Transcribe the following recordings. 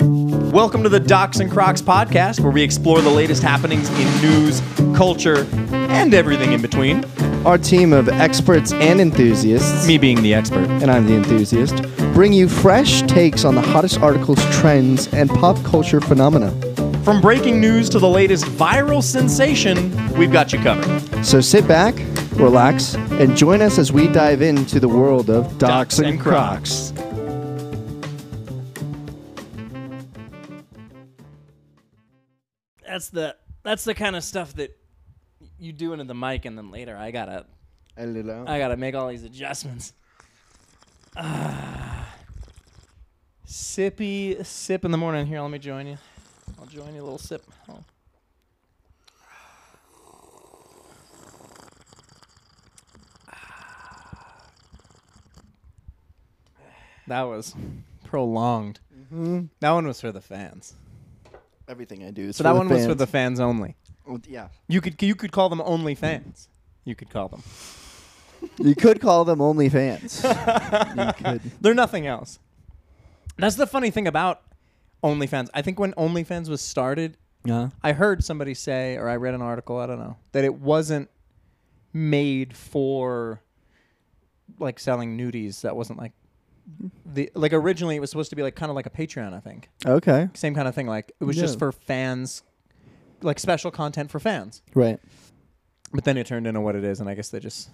Welcome to the Docs and Crocs podcast, where we explore the latest happenings in news, culture, and everything in between. Our team of experts and enthusiasts, Me being the expert. and I'm the enthusiast, bring you fresh takes on the hottest articles, trends, and pop culture phenomena. From breaking news to the latest viral sensation, we've got you covered. So sit back, relax, and join us as we dive into the world of Docs, Docs and, and Crocs. that's the that's the kind of stuff that you do into the mic and then later I gotta I gotta make all these adjustments. Ah. sippy sip in the morning. Here, let me join you. I'll join you a little sip. Oh. That was prolonged. That one was for the fans. Everything I do is So that one was for the fans only. yeah. You could you could call them only fans. You could call them. You could call them only fans. you could. They're nothing else. That's the funny thing about OnlyFans. I think when OnlyFans was started, Yeah. I heard somebody say, or I read an article, I don't know, that it wasn't made for like selling nudies. That wasn't like the like originally it was supposed to be like kind of like a Patreon, I think. Okay. Same kind of thing. Like it was Yeah. just for fans, like special content for fans. Right. But then it turned into what it is, and I guess they just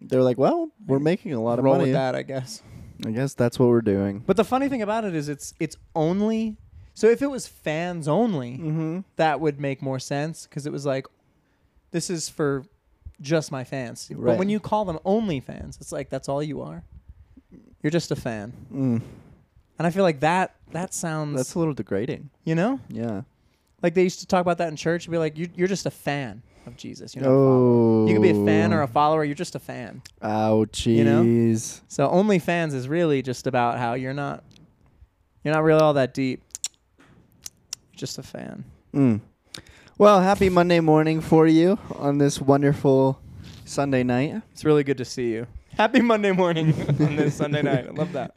They were like, well, we're making a lot of roll money. with that. I guess. I guess that's what we're doing. But the funny thing about it is it's it's only so if it was fans only, Mm-hmm. that would make more sense because it was like this is for just my fans. Right. But when you call them only fans, it's like that's all you are. You're just a fan. Mm. And I feel like that that sounds That's a little degrading. you know? Yeah. Like they used to talk about that in church, be like you you're just a fan of Jesus, you know. Oh. You could be a fan or a follower, you're just a fan. Ouchies. know? So only fans is really just about how you're not you're not really all that deep. You're just a fan. Mm. Well, happy Monday morning for you on this wonderful Sunday night. It's really good to see you. Happy Monday morning on this Sunday night. I love that.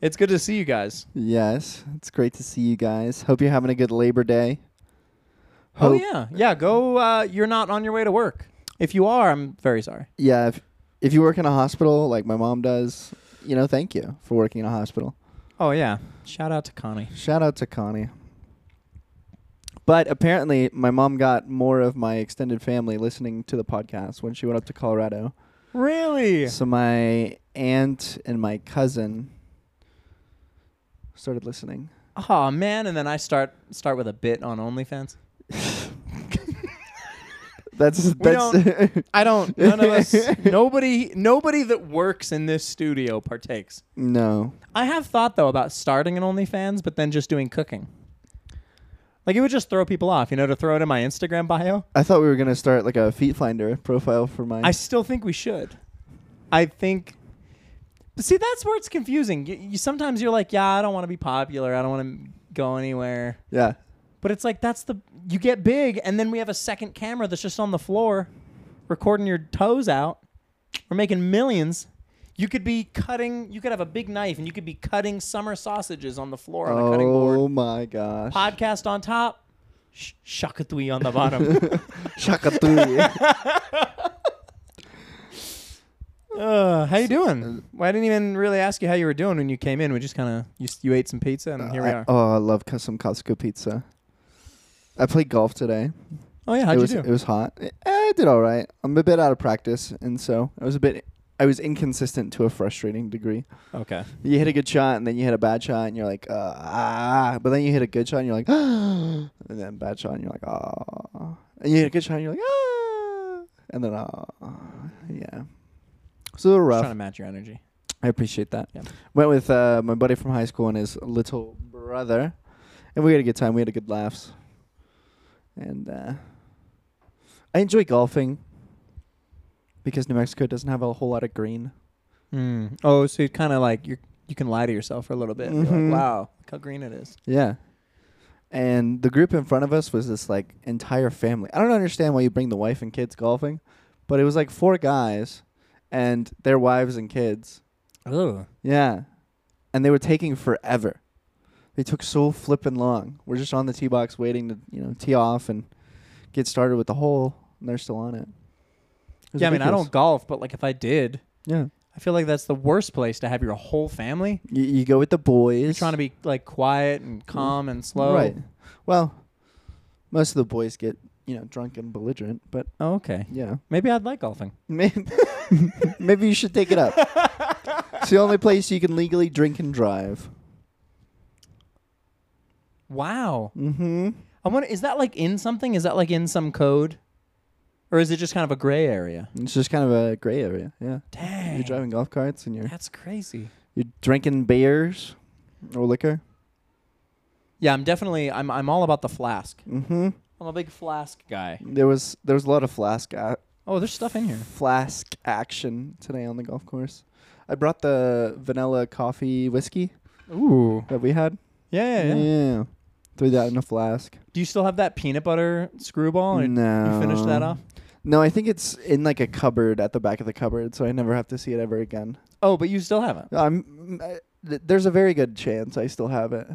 It's good to see you guys. Yes, it's great to see you guys. Hope you're having a good Labor Day. Oh Hope- yeah, yeah. Go. Uh, you're not on your way to work. If you are, I'm very sorry. Yeah, if, if you work in a hospital like my mom does, you know, thank you for working in a hospital. Oh yeah. Shout out to Connie. Shout out to Connie. But apparently, my mom got more of my extended family listening to the podcast when she went up to Colorado. Really? So my aunt and my cousin started listening. Oh man. And then I start start with a bit on OnlyFans. That's that's I don't. None of us. nobody. Nobody that works in this studio partakes. no. I have thought though about starting an OnlyFans, but then just doing cooking. Like it would just throw people off, you know, to throw it in my Instagram bio. I thought we were gonna start like a feet finder profile for mine. I still think we should. I think. But see, that's where it's confusing. You, you sometimes you're like, yeah, I don't want to be popular. I don't want to go anywhere. yeah. But it's like that's the you get big, and then we have a second camera that's just on the floor, recording your toes out. We're making millions. You could be cutting. You could have a big knife, and you could be cutting summer sausages on the floor on a cutting board. Oh my gosh. Podcast on top, sh- shakatui on the bottom. Shakatui. Uh, how you doing? Well, I didn't even really ask you how you were doing when you came in. We just kind of you, s- you ate some pizza and Mm, here we I- are. oh, I love cus- some Costco pizza. I played golf today. Oh yeah, it how'd you was do? it was hot. Eh, I did all right. I'm a bit out of practice, and so I was a bit I was inconsistent to a frustrating degree. okay. You hit a good shot, and then you hit a bad shot, and you're like, uh, ah. But then you hit a good shot, and you're like, ah. And then bad shot, and you're like, ah. And you hit a good shot, and you're like, ah. And then, ah. Yeah. So they're Just trying rough. to match your energy. I appreciate that. Yeah. Went with uh, my buddy from high school and his little brother, and we had a good time. We had a good laughs, and uh, I enjoy golfing because New Mexico doesn't have a whole lot of green. Mm. Oh, so you kind of like you you can lie to yourself for a little bit. You're Mhm. like, wow, look how green it is. Yeah. And the group in front of us was this like entire family. I don't understand why you bring the wife and kids golfing, but it was like four guys and their wives and kids. Oh, Yeah. And they were taking forever. They took so flippin' long. We're just on the tee box waiting to you know tee off and get started with the hole, and they're still on it. It was yeah, I mean, I ridiculous. don't golf, but like if I did, Yeah, I feel like that's the worst place to have your whole family. you, you go with the boys. You're trying to be like quiet and calm and slow. right. Well, most of the boys get you know drunk and belligerent, but Oh, okay. yeah, Maybe I'd like golfing. maybe, maybe you should take it up. it's the only place you can legally drink and drive. Wow. Mm-hmm. I wonder is that like in something? Is that like in some code? Or is it just kind of a gray area? It's just kind of a gray area. Yeah, Dang. you're driving golf carts and you're That's crazy. you're drinking beers or liquor. Yeah, I'm definitely I'm I'm all about the flask. Mm-hmm. I'm a big flask guy. There was there was a lot of flask a- Oh, there's stuff in here. flask action today on the golf course. I brought the vanilla coffee whiskey Ooh. that we had. Yeah, yeah, yeah. Mm. Threw that in a flask. Do you still have that peanut butter screwball? Or You finished that No. off? No, I think it's in like a cupboard at the back of the cupboard, so I never have to see it ever again. Oh, but you still haven't. I'm, I, th- there's a very good chance I still have it.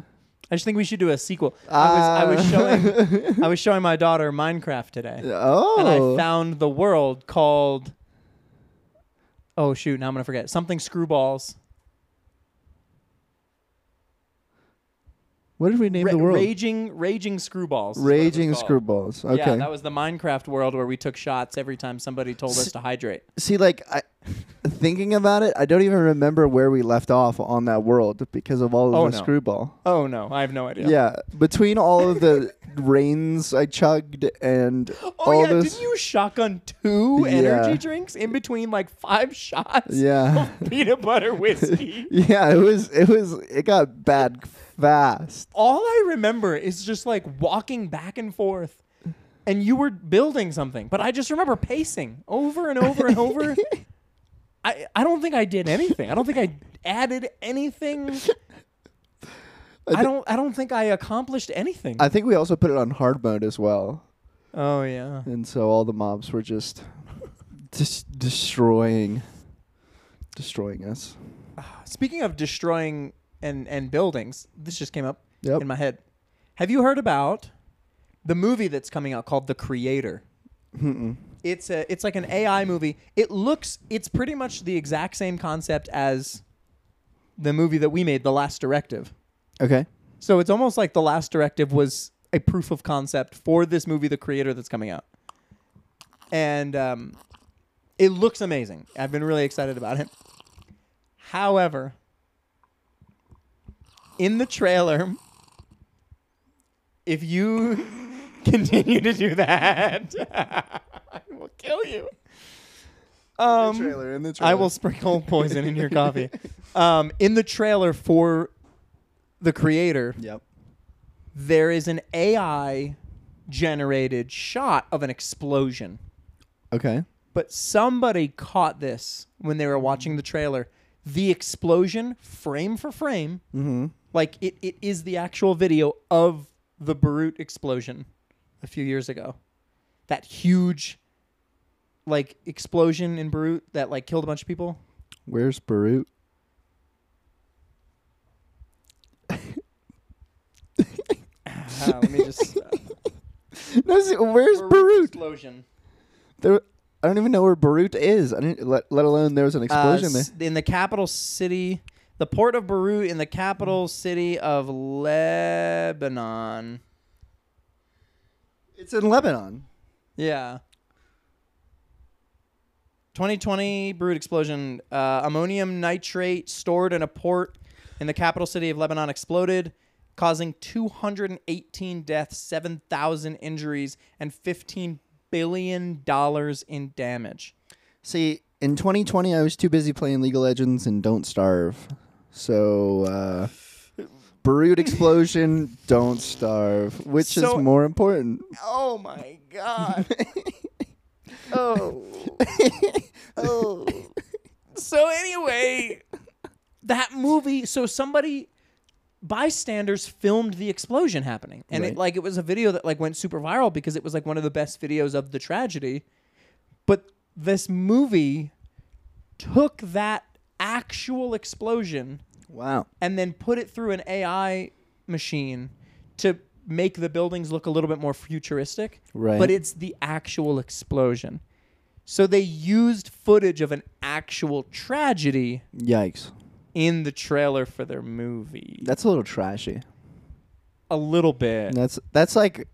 I just think we should do a sequel. I was, I was Ah. showing I was showing my daughter Minecraft today, oh. and I found the world called. Oh shoot! Now I'm gonna forget something. Screwballs. what did we name Ra- the world? Raging, raging screwballs. is what it was Raging called. Screwballs. Okay. Yeah, that was the Minecraft world where we took shots every time somebody told us S- to hydrate. See, like, I, thinking about it, I don't even remember where we left off on that world because of all of Oh, the no. screwball. Oh no, I have no idea. Yeah. between all of the rains I chugged and Oh all yeah, this. didn't you shotgun two Yeah. energy drinks in between like five shots? yeah, of Peanut butter whiskey. yeah. It was, it was, it got bad fast. all I remember is just like walking back and forth. And you were building something, but I just remember pacing over and over and over. I, I don't think I did anything. I don't think I added anything. I thi- don't I don't think I accomplished anything. I think we also put it on hard mode as well, oh yeah. and so all the mobs were just, just destroying, destroying us. Speaking of destroying and and buildings, this just came up Yep. in my head. Have you heard about the movie that's coming out called The Creator? Mm-mm. It's a it's like an AI movie. It looks it's pretty much the exact same concept as the movie that we made, The Last Directive. Okay. So it's almost like The Last Directive was a proof of concept for this movie, The Creator, that's coming out, and um, it looks amazing. I've been really excited about it. However, in the trailer, if you continue to do that, I will kill you. Um, trailer, in the I will sprinkle poison in your coffee. Um, in the trailer for the creator, Yep. there is an AI generated shot of an explosion. Okay. But somebody caught this when they were watching the trailer. The explosion, frame for frame, Mm-hmm. like it, it is the actual video of the Beirut explosion a few years ago. That huge like explosion in Beirut that like killed a bunch of people. Where's Barut? Uh, let me just uh, No, see, where's Beirut Barut? explosion. There, I don't even know where Barut is. I didn't, let, let alone there was an explosion Uh, there. s- in the capital city, the port of Beirut in the Mm. capital city of Lebanon. It's in Lebanon. Yeah. 2020 Beirut explosion. Uh, ammonium nitrate stored in a port in the capital city of Lebanon exploded, causing 218 deaths, 7,000 injuries, and 15 billion dollars in damage. See, in 2020, I was too busy playing League of Legends and Don't Starve. So, uh, Barut explosion, Don't Starve. Which So- is more important? Oh my god. oh. oh. So anyway, that movie, so somebody bystanders filmed the explosion happening. And it Right. like it was a video that like went super viral because it was like one of the best videos of the tragedy. But this movie took that actual explosion Wow. and then put it through an AI machine to make the buildings look a little bit more futuristic, Right. but it's the actual explosion. So they used footage of an actual tragedy Yikes. in the trailer for their movie. That's a little trashy. a little bit. That's that's like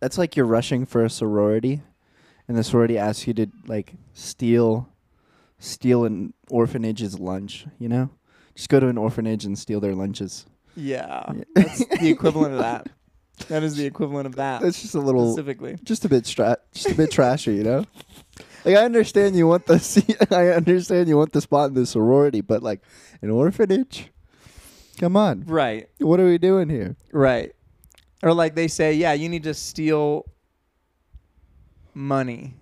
that's like you're rushing for a sorority, and the sorority asks you to like steal steal an orphanage's lunch. You know, just go to an orphanage and steal their lunches. Yeah. Yeah. That's the equivalent of that. That is the equivalent of that. That's just a little, specifically. just a bit stra- just a bit trashy. You know, like I understand you want the se- I understand you want the spot in the sorority, but like an orphanage. Come on, Right. what are we doing here? Right. Or like they say, yeah, you need to steal money.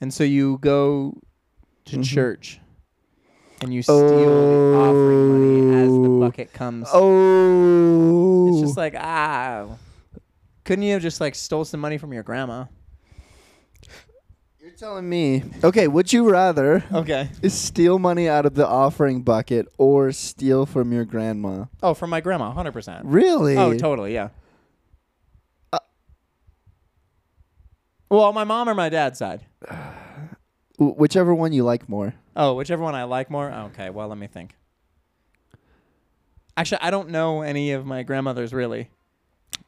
And so you go to Mhm. church and you steal the offering money as the Oh. bucket comes. Oh, It's just like, ah. Couldn't you have just like stole some money from your grandma? You're telling me. Okay, would you rather Okay. is steal money out of the offering bucket or steal from your grandma? Oh, from my grandma, 100%. Really? Uh Oh, totally, yeah. well, my mom or my dad's side? Wh- Whichever one you like more. Oh, whichever one I like more. Okay, well, let me think. Actually, I don't know any of my grandmothers really.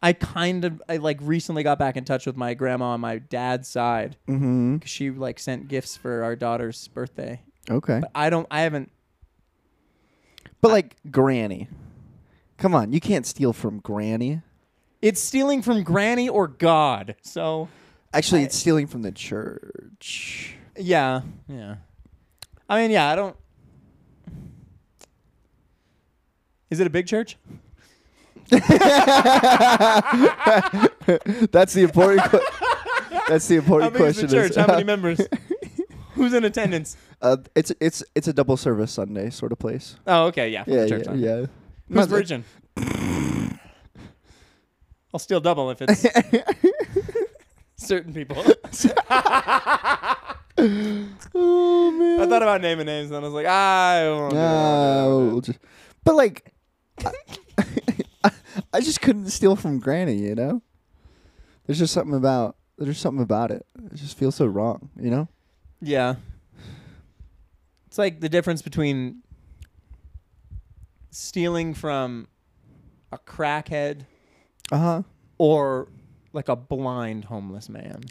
I kind of I like recently got back in touch with my grandma on my dad's side Mm-hmm. 'cause she like sent gifts for our daughter's birthday. Okay. But I don't I haven't But like granny. Come on, you can't steal from granny. It's stealing from granny or god. So, Actually, I- it's stealing from the church. yeah. Yeah. I mean, yeah, I don't Is it a big church? That's the important que- That's the How important big is question. the church? How many members? Who's in attendance? uh, it's it's it's a double service Sunday sort of place. Oh, okay, yeah. from Yeah, the church yeah, line. yeah. Who's Not- virgin? I'll steal double if it's certain people. Oh man. I thought about naming names, and I was like, "Ah, I won't. do that. No, just, but like, I, I just couldn't steal from Granny. You know, there's just something about there's something about it. It just feels so wrong. You know, Yeah. It's like the difference between stealing from a crackhead uh Uh-huh. huh. or like a blind homeless man.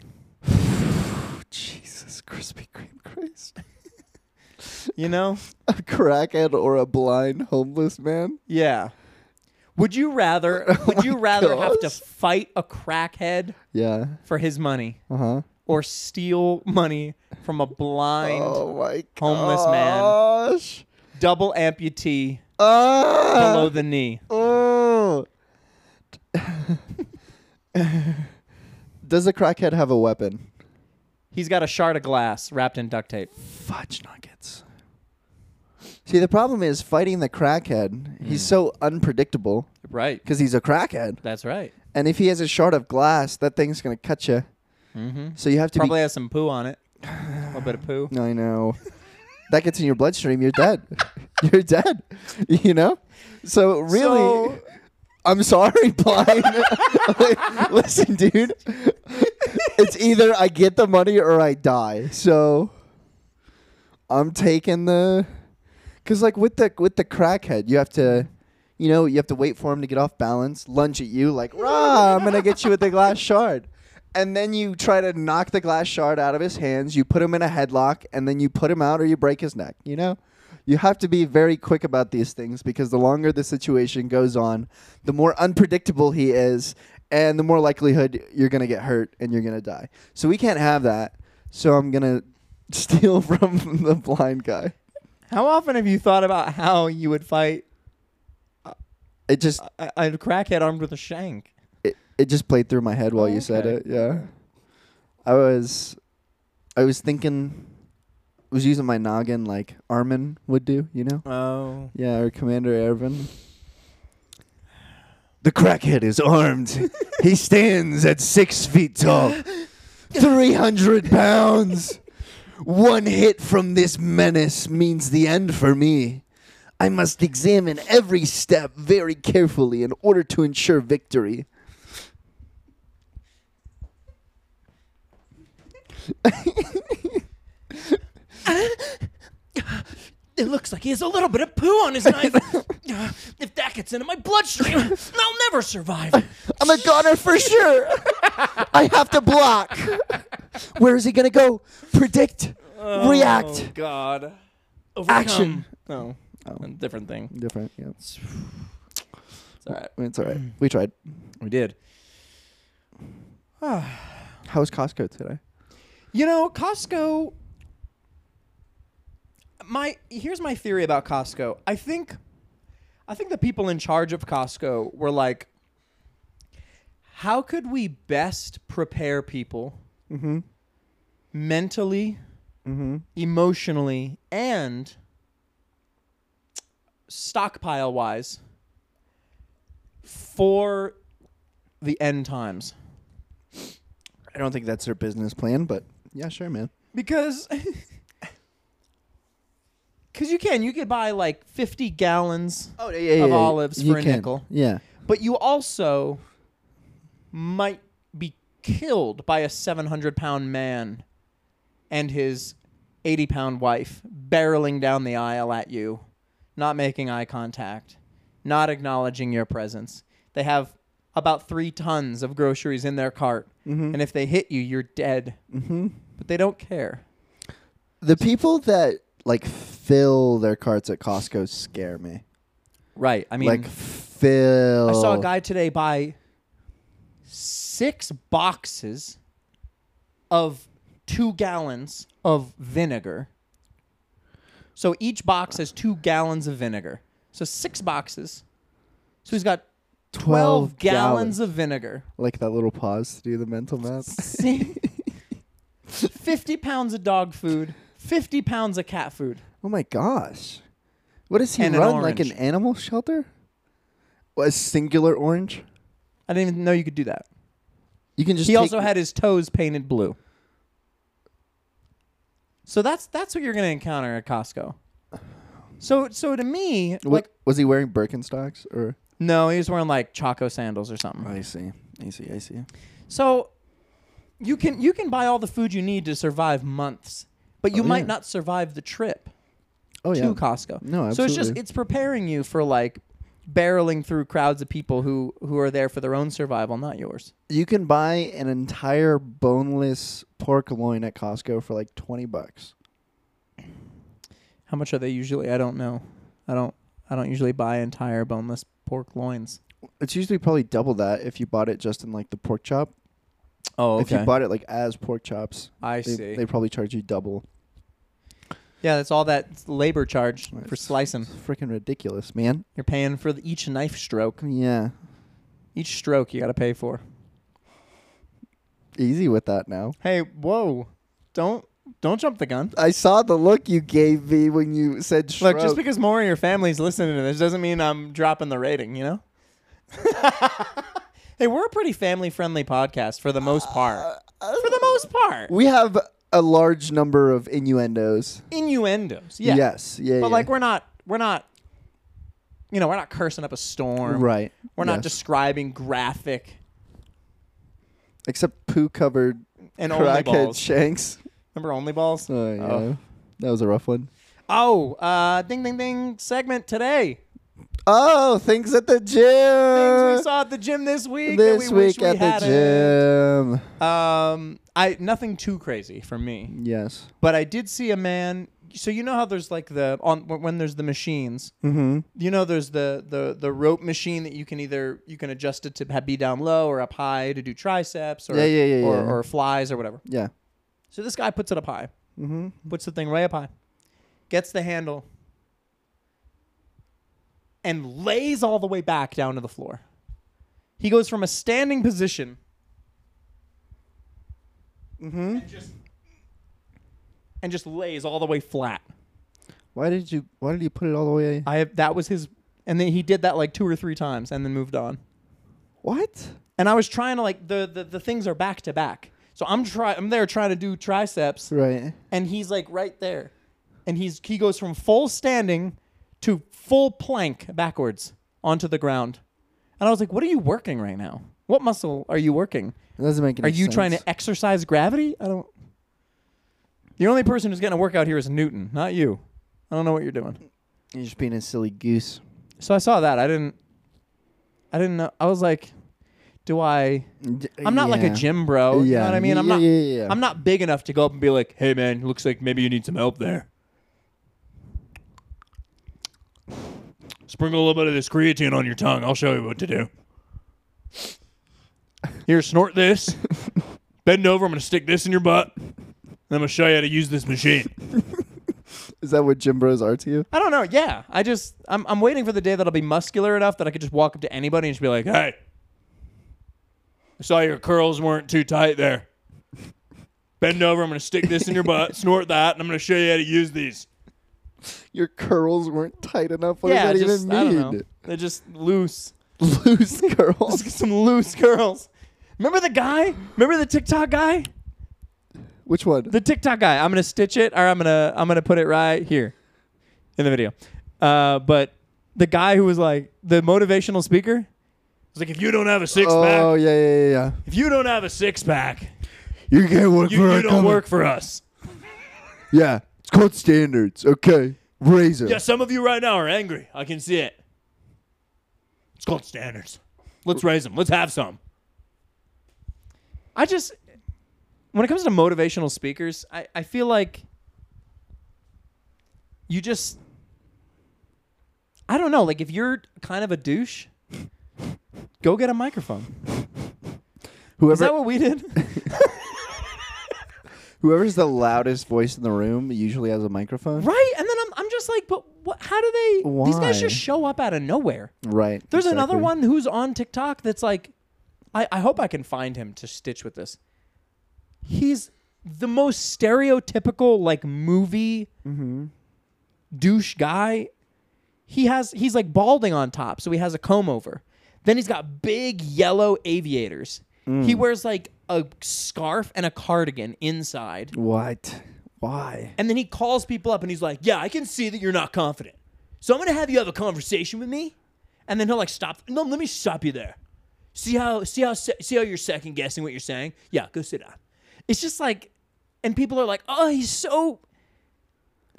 Jesus, Krispy Kreme Christ. You know? A crackhead or a blind homeless man? Yeah. Would you rather? Would you rather have to Oh gosh. fight a crackhead Yeah. for his money? Uh huh. or steal money from a blind Oh my homeless man. gosh. double amputee Ah. below the knee. Oh. Does a crackhead have a weapon? He's got a shard of glass wrapped in duct tape. fudge nuggets. See, the problem is fighting the crackhead. He's so unpredictable Right. because he's a crackhead, That's right. and if he has a shard of glass, that thing's gonna cut you. Mm-hmm. So you have to Probably has some poo on it. A little bit of poo. be. I know. that gets in your bloodstream. You're dead. you're dead. You know. So really, So- I'm sorry, blind. Like, Listen, dude. It's either I get the money or I die. So I'm taking the cuz like with the with the crackhead, you have to you know, you have to wait for him to get off balance, lunge at you like, "Rah, I'm going to get you with the glass shard." And then you try to knock the glass shard out of his hands, you put him in a headlock, and then you put him out or you break his neck, you know? You have to be very quick about these things because the longer the situation goes on, the more unpredictable he is, and the more likelihood you're going to get hurt and you're going to die. So we can't have that. So I'm going to steal from the blind guy. How often have you thought about how you would fight It just a, a crackhead armed with a shank? it, it just played through my head while Oh, you said it. okay. Yeah. I was I was thinking I was using my noggin like Armin would do, you know? Oh. Yeah, or Commander Ervin. The crackhead is armed. he stands at six feet tall, 300 pounds. One hit from this menace means the end for me. I must examine every step very carefully in order to ensure victory. It looks like he has a little bit of poo on his knife. Uh, if that gets into my bloodstream, I'll never survive. I'm a goner for sure. I have to block. Where is he going to go? Predict. React. Oh, God. Action. No, Oh. different thing. Different. Yeah. It's all right. It's all right. We tried. We did. How was Costco today? You know, Costco. My here's my theory about Costco. I think, I think the people in charge of Costco were like, how could we best prepare people Mm-hmm. mentally, Mm-hmm. emotionally, and stockpile wise for the end times? I don't think that's their business plan, but yeah, sure, man. because because you can you could buy like 50 gallons Oh, yeah, yeah, Of olives You for a nickel. Yeah. but you also might be killed by a 700 pound man and his 80 pound wife barreling down the aisle at you not making eye contact not acknowledging your presence they have about three tons of groceries in their cart Mhm. and if they hit you you're dead Mm-hmm. but they don't care The people that like fill their carts at Costco scare me. right i mean like fill. I saw a guy today buy six boxes of two gallons of vinegar. So each box has two gallons of vinegar. So six boxes. So he's got 12, gallons, of vinegar. Like that little pause to do the mental math. See? 50 pounds of dog food, 50 pounds of cat food. Oh my gosh! What does he And an run like? An orange. animal shelter? What, a singular orange? I didn't even know you could do that. You can just. he take- also had his toes painted blue. So that's that's what you're gonna encounter at Costco. So so to me, Wa- like was he wearing Birkenstocks or? no, he was wearing like Chaco sandals or something. I see. I see. I see. So you can you can buy all the food you need to survive months, but you Oh, might yeah. not survive the trip Oh to yeah. Costco. No, absolutely. So it's just it's preparing you for like barreling through crowds of people who who are there for their own survival, not yours. you can buy an entire boneless pork loin at Costco for like twenty bucks. How much are they usually? I don't know. I don't I don't usually buy entire boneless pork loins. It's usually probably double that if you bought it just in like the pork chop. Oh, If you bought it like as pork chops, I they, see. they probably charge you double. yeah, that's all that labor charge for It's- slicing. It's freaking ridiculous, man. You're paying for the, each knife stroke. Yeah, Each stroke you got to pay for. easy with that now. Hey, whoa! Don't don't jump the gun. I saw the look you gave me when you said shrug. Look, just because more of your family's listening to this doesn't mean I'm dropping the rating. You know. hey, we're a pretty family-friendly podcast for the most part. Uh, For the most part, we have a large number of innuendos. innuendos. Yeah. Yes. Yeah. But yeah. like, we're not. We're not. You know, we're not cursing up a storm. right. We're not Yes. describing graphic except poo covered and only crackhead balls. shanks. Remember only balls? Oh, yeah. Oh. That was a rough one. Oh, uh, ding ding ding segment today. Oh, things at the gym. Things we saw at the gym this week. that Uh, this we wish week we at had the gym. it. Um, I nothing too crazy for me, Yes. but I did see a man. So you know how there's like the on when when there's the machines. Mm-hmm. You know there's the the the rope machine that you can either you can adjust it to ha- be down low or up high to do triceps or Yeah, yeah, yeah, or, yeah. or flies or whatever. Yeah. So this guy puts it up high. Mm-hmm. puts the thing right up high, gets the handle, and lays all the way back down to the floor. He goes from a standing position Mm-hmm. and just and just lays all the way flat. Why did you? Why did you put it all the way? I have, that was his, and then he did that like two or three times and then moved on. What? And I was trying to like the the, the things are back to back, so I'm try I'm there trying to do triceps, Right. and he's like right there, and he's he goes from full standing to full plank backwards onto the ground. And I was like, what are you working right now? What muscle are you working? It doesn't make any Are you sense. trying to exercise gravity? I don't. The only person who's getting a workout here is Newton, not you. I don't know what you're doing. You're just being a silly goose. So I saw that. I didn't. I didn't know. I was like, do I? I'm not like a gym bro. You know what I mean? I'm yeah, not. Yeah, yeah, yeah. I'm not big enough to go up and be like, hey man, looks like maybe you need some help there. Sprinkle a little bit of this creatine on your tongue. I'll show you what to do. Here, snort this. Bend over. I'm going to stick this in your butt. And I'm going to show you how to use this machine. Is that what gym bros are to you? I don't know. Yeah. I just, I'm, I'm waiting for the day that I'll be muscular enough that I could just walk up to anybody and just be like, hey, I saw your curls weren't too tight there. Bend over. I'm going to stick this in your butt, snort that, and I'm going to show you how to use these. Your curls weren't tight enough. What yeah, does that just, I even don't know. mean? They're just loose. Let's Loose get curls. some loose curls. Remember the guy? Remember the TikTok guy? Which one? The TikTok guy. I'm gonna stitch it, or I'm gonna I'm gonna put it right here in the video. Uh, but the guy who was like the motivational speaker was like, if you don't have a six oh pack, yeah, yeah, yeah, yeah. if you don't have a six pack, You can't work you, you don't work for us. Yeah, it's called standards. Okay, razor. Yeah, some of you right now are angry. I can see it. It's called standards. Let's raise them. Let's have some. I just, when it comes to motivational speakers, I, I feel like you just, I don't know, like if you're kind of a douche, go get a microphone. Whoever, Is that what we did? whoever's the loudest voice in the room usually has a microphone. right? And then I'm, I'm just like, but what, how do they, these guys Why? just show up out of nowhere. Right. There's exactly. another one who's on TikTok that's like, I, I hope I can find him to stitch with this. He's the most stereotypical like movie douche guy. He has he's like balding on top, so he has a comb over. Then he's got big yellow aviators. Mm. He wears like a scarf and a cardigan inside. What? Why? And then he calls people up and he's like, Yeah, I can see that you're not confident. So I'm going to have you have a conversation with me. And then he'll like stop. No, let me stop you there. See how see how se- see how you're second guessing what you're saying? Yeah, go sit down. It's just like and people are like, "Oh, he's so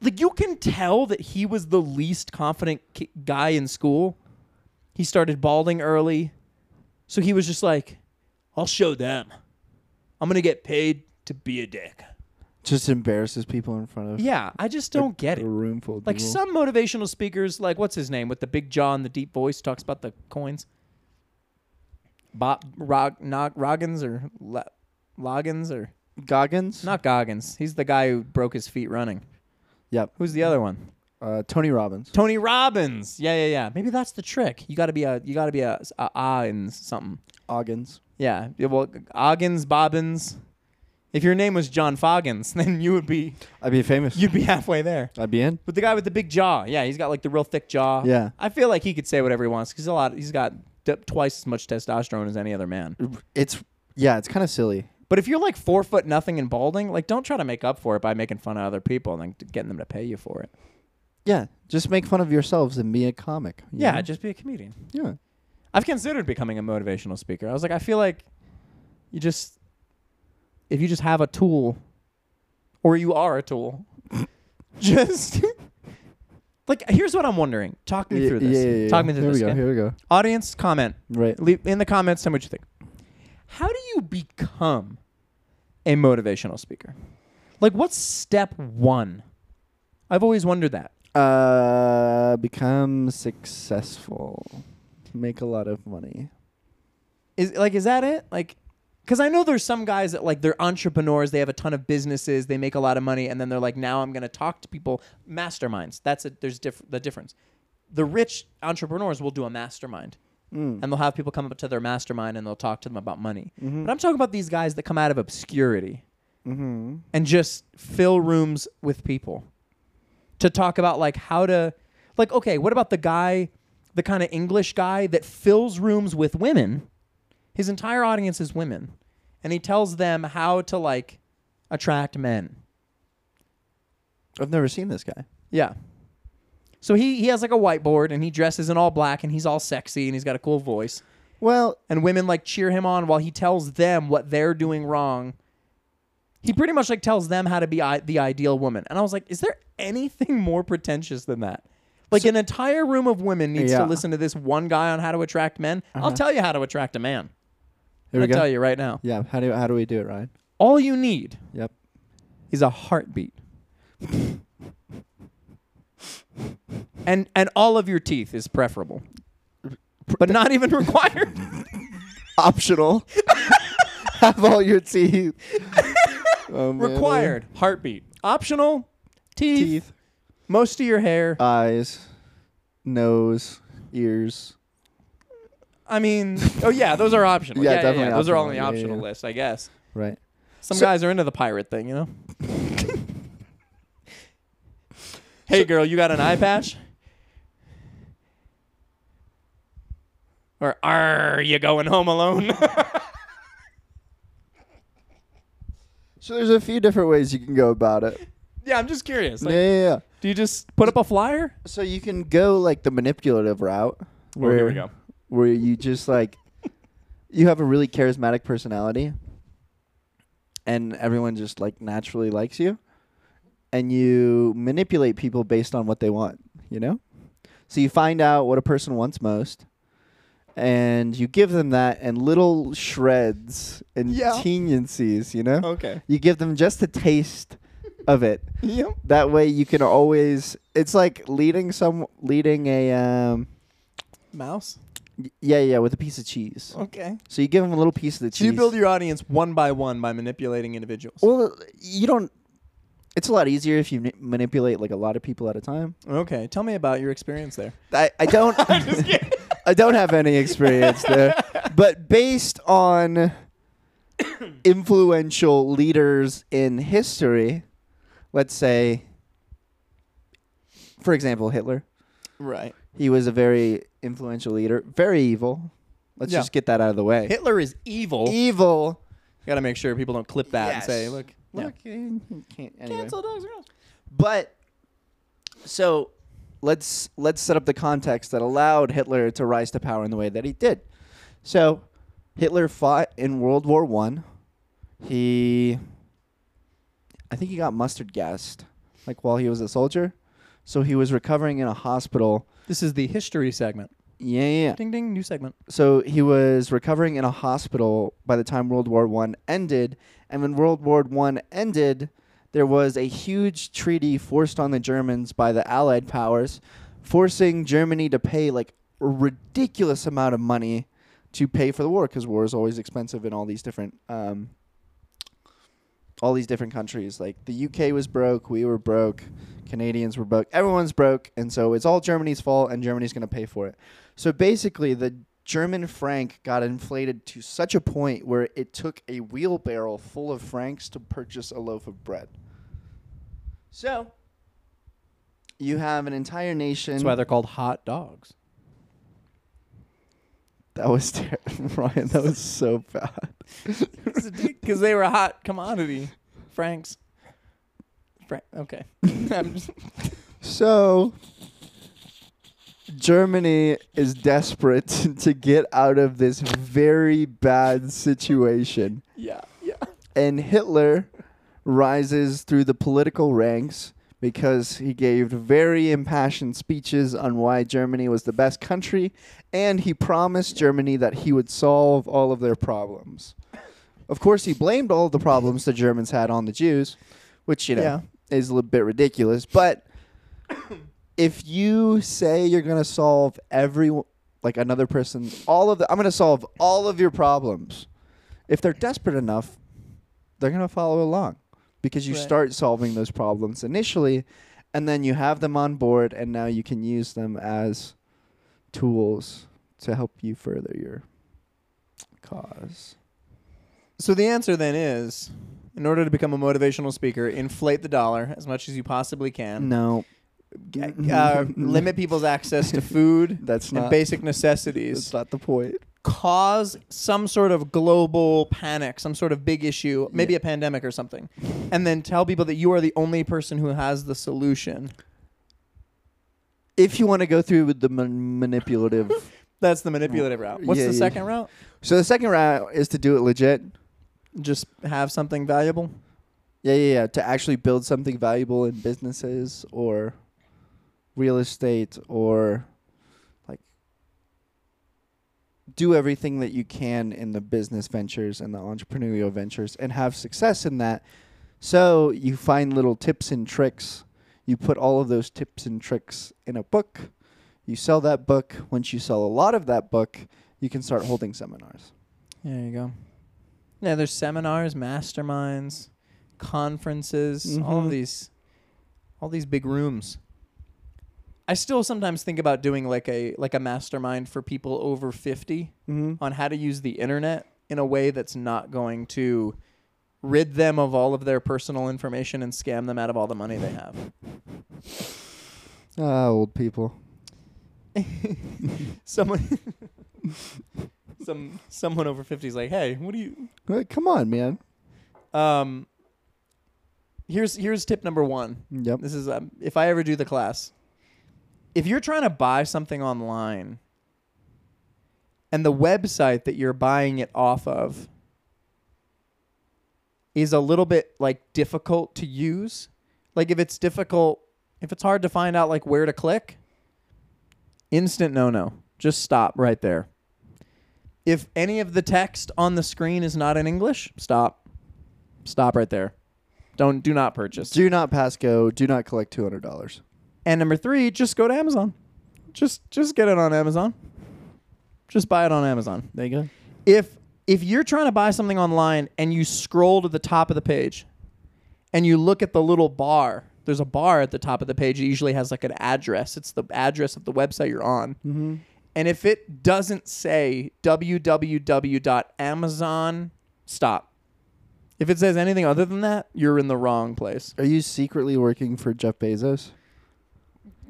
like you can tell that he was the least confident ki- guy in school. He started balding early. So he was just like, "I'll show them. I'm going to get paid to be a dick." Just embarrasses people in front of. Yeah, I just don't get A it. room full of Like people. some motivational speakers, like what's his name with the big jaw and the deep voice, talks about the coins. Bob Rog, Nog, Roggins or Le, Loggins or Goggins. not Goggins. He's the guy who broke his feet running. Yep. Who's the other one? Uh, Tony Robbins. Tony Robbins. Yeah, yeah, yeah. Maybe that's the trick. You got to be a you got to be a a ah in something. Oggins. Yeah. yeah, Well, Oggins, Bobbins. If your name was John Foggins, then you would be I'd be famous. you'd be halfway there. I'd be in. But the guy with the big jaw, yeah, he's got like the real thick jaw. Yeah. I feel like he could say whatever he wants because a lot. He's got d- twice as much testosterone as any other man. It's yeah. It's kind of silly. But if you're like four foot nothing and balding, like don't try to make up for it by making fun of other people and then t- getting them to pay you for it. Yeah. Just make fun of yourselves and be a comic. you Yeah, know? just be a comedian. yeah. I've considered becoming a motivational speaker. I was like, I feel like you just if you just have a tool, or you are a tool, just like here's what I'm wondering. Talk me Yeah, through this. yeah, yeah, yeah. Talk me through Here this. We go, okay? Here we go. Audience comment. Right. leave in the comments tell me what you think how do you become a motivational speaker like what's step one i've always wondered that Uh, become successful. Make a lot of money. is like is that it like because i know there's some guys that like they're entrepreneurs they have a ton of businesses they make a lot of money and then they're like now i'm going to talk to people masterminds that's it there's diff- the difference the rich entrepreneurs will do a mastermind Mm. and they'll have people come up to their mastermind and they'll talk to them about money but i'm talking about these guys that come out of obscurity Mm-hmm. and just fill rooms with people to talk about like how to like okay what about the guy the kind of english guy that fills rooms with women his entire audience is women and he tells them how to like attract men I've never seen this guy. yeah So he he has like a whiteboard and he dresses in all black and he's all sexy and he's got a cool voice. Well, And women like cheer him on while he tells them what they're doing wrong. He pretty much like tells them how to be I- the ideal woman. And I was like, is there anything more pretentious than that? Like an entire room of women needs Yeah. to listen to this one guy on how to attract men. I'll tell you how to attract a man. here we I'll go. tell you right now. Yeah. How do how do we do it, Ryan? All you need Yep. is a heartbeat. and and all of your teeth is preferable. But not even required. Optional. Have all your teeth. Oh, man. required heartbeat. Optional teeth, Teeth, Uh, most of your hair. eyes, nose, ears. I mean, oh yeah, those are optional. Yeah, Yeah, yeah, definitely yeah. Those are all on the optional. Yeah, yeah, optional list, I yeah. guess. Right. Some So- guys are into the pirate thing, you know. hey girl, you got an eye patch? Or are you going home alone? So there's a few different ways you can go about it. yeah, I'm just curious. Like, yeah, yeah, yeah. Do you just put up a flyer? So you can go like the manipulative route. Where, Where you just like, you have a really charismatic personality, and everyone just like naturally likes you, and you manipulate people based on what they want. You know, so you find out what a person wants most. And you give them that and little shreds and Yeah. Oh. teniencies, you know? Okay. You give them just a taste of it. Yep. That way you can always. It's like leading some leading a um. Mouse. y- Yeah, yeah, with a piece of cheese. Okay. So you give them a little piece of the Oh. So cheese. you build your audience one by one by manipulating individuals. Well, you don't. It's a lot easier if you ni- manipulate like a lot of people at a time. Okay. Tell me about your experience there. I, I don't. I don't have any experience there, but based on influential leaders in history, let's say, for example, Hitler. Right. He was a very influential leader, very evil. Let's Yeah. just get that out of the way. Hitler is evil. Evil. Got to make sure people don't clip that and say, Yes. "Look, Look, you can't. Anyway. dogs girls." But so let's let's set up the context that allowed Hitler to rise to power in the way that he did. So Hitler fought in World War One. He, I think he got mustard gassed, like while he was a soldier. So he was recovering in a hospital. This is the history segment. Yeah, yeah. yeah. Ding ding, new segment. so he was recovering in a hospital by the time World War One ended, and when World War One ended, there was a huge treaty forced on the Germans by the Allied powers, forcing Germany to pay like a ridiculous amount of money to pay for the war because war is always expensive in all these different um, all these different countries. Like the UK was broke, we were broke, Canadians were broke, everyone's broke, and so it's all Germany's fault, and Germany's going to pay for it. So basically, the German franc got inflated to such a point where it took a wheelbarrow full of francs to purchase a loaf of bread. So you have an entire nation. That's why they're called hot dogs. that was terrible, Ryan. That was so bad. Because they were a hot commodity. Franks. Frank. Okay. I'm just- So Germany is desperate to get out of this very bad situation. yeah. Yeah. And Hitler rises through the political ranks because he gave very impassioned speeches on why Germany was the best country and he promised Germany that he would solve all of their problems. Of course, he blamed all the problems the Germans had on the Jews, which, you know, Yeah. is a little bit ridiculous, but if you say you're going to solve every like another person all of the I'm going to solve all of your problems. If they're desperate enough, they're going to follow along because you Right. start solving those problems initially and then you have them on board and now you can use them as tools to help you further your cause. So the answer then is, in order to become a motivational speaker, inflate the dollar as much as you possibly can. No, G- Uh, limit people's access to food that's and not basic that's necessities. not the point. Cause some sort of global panic, some sort of big issue, maybe Yeah. a pandemic or something, and then tell people that you are the only person who has the solution. if you want to go through with the man- manipulative. That's the manipulative route. What's Yeah, the yeah. second route? so the second route is to do it legit. Just have something valuable. Yeah, yeah, yeah. To actually build something valuable in businesses or real estate or like do everything that you can in the business ventures and the entrepreneurial ventures and have success in that. So you find little tips and tricks. You put all of those tips and tricks in a book. You sell that book. Once you sell a lot of that book, you can start holding seminars. There you go. Yeah, there's seminars, masterminds, conferences, all Mhm. of these, all these big rooms. I still sometimes think about doing like a like a mastermind for people over fifty Mm-hmm. on how to use the internet in a way that's not going to rid them of all of their personal information and scam them out of all the money they have. Ah, old people. Someone, some someone over fifty is like, hey, what do you? Hey, Come on, man. Um, here's here's tip number one. Yep. This is um, if I ever do the class. If you're trying to buy something online, and the website that you're buying it off of is a little bit like difficult to use, like if it's difficult, if it's hard to find out like where to click, instant no no. Just stop right there. If any of the text on the screen is not in English, stop. Stop right there. Don't do not purchase. Do not pass go. Do not collect two hundred dollars. And number three, just go to Amazon. Just just get it on Amazon. Just buy it on Amazon. There you go. If if you're trying to buy something online and you scroll to the top of the page and you look at the little bar, there's a bar at the top of the page. It usually has like an address. It's the address of the website you're on. Mm-hmm. And if it doesn't say www.amazon, stop. If it says anything other than that, you're in the wrong place. Are you secretly working for Jeff Bezos?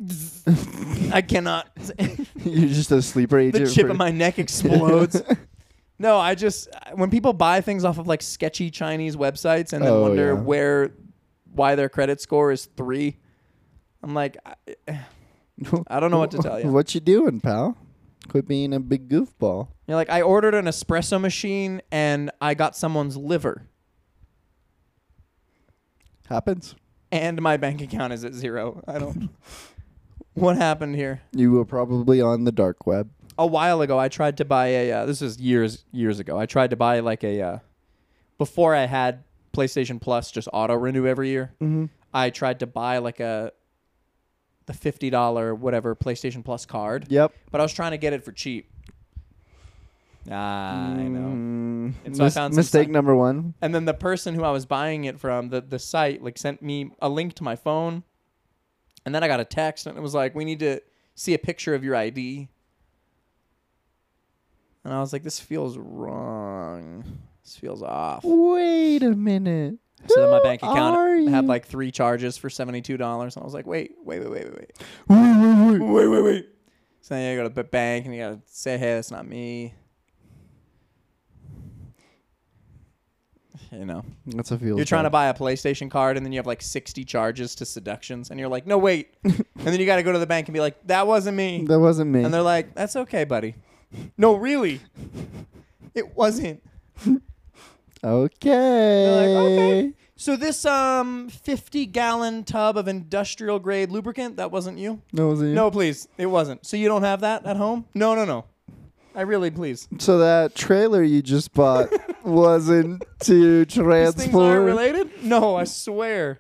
I cannot. You're just a sleeper agent. the chip for- in my neck explodes. no, I just when people buy things off of like sketchy Chinese websites and then Oh, wonder yeah. where why their credit score is three, I'm like, I, I don't know what to tell you. What you doing, pal? Quit being a big goofball. you're like I ordered an espresso machine and I got someone's liver Happens. and my bank account is at zero. I don't. what happened here? You were probably on the dark web. a while ago I tried to buy a uh, this is years years ago. I tried to buy like a uh, before I had PlayStation Plus just auto renew every year. Mhm. I tried to buy like a the $50 whatever PlayStation Plus card, Yep. but I was trying to get it for cheap. Ah, I know. Mm, And so I found some mistake site- number one. And then the person who I was buying it from, the the site like sent me a link to my phone. And then I got a text and it was like, "We need to see a picture of your ID." And I was like, "This feels wrong. This feels off." Wait a minute. So then my Who bank are account had you? like three charges for $72. And I was like, "Wait, wait, wait, wait, wait, wait." Wait, wait, wait. wait, wait, wait. So then you go to the bank and you gotta say, hey, that's not me. You know, That's a feel. you're trying to buy a PlayStation card and then you have like 60 charges to seductions and you're like, no, wait. and then you gotta go to the bank and be like, that wasn't me. That wasn't me. And they're like, that's okay, buddy. No, really. It wasn't. okay. okay. So this um 50 gallon tub of industrial grade lubricant, that wasn't you? That wasn't you. No, please. It wasn't. So you don't have that at home? No, no, no. I really please. So that trailer you just bought wasn't to These things aren't transport. related? No, I swear.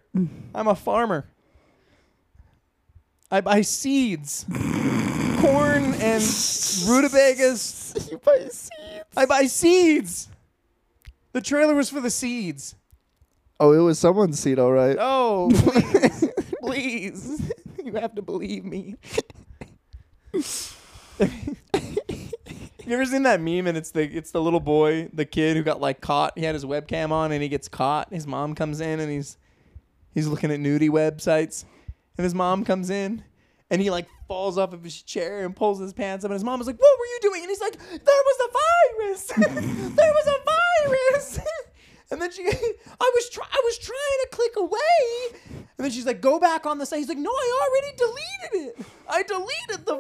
I'm a farmer. I buy seeds. Corn and rutabagas. You buy seeds. I buy seeds. The trailer was for the seeds. Oh, it was someone's seed, all right. Oh, please. please. You have to believe me. you ever seen that meme and it's the it's the little boy, the kid who got like caught. He had his webcam on and he gets caught. His mom comes in and he's he's looking at nudie websites and his mom comes in and he like falls off of his chair and pulls his pants up and his mom was like, "What were you doing?" And he's like, "There was a virus. there was a virus." And then she, I was try, I was trying to click away, and then she's like, "Go back on the site." He's like, "No, I already deleted it. I deleted the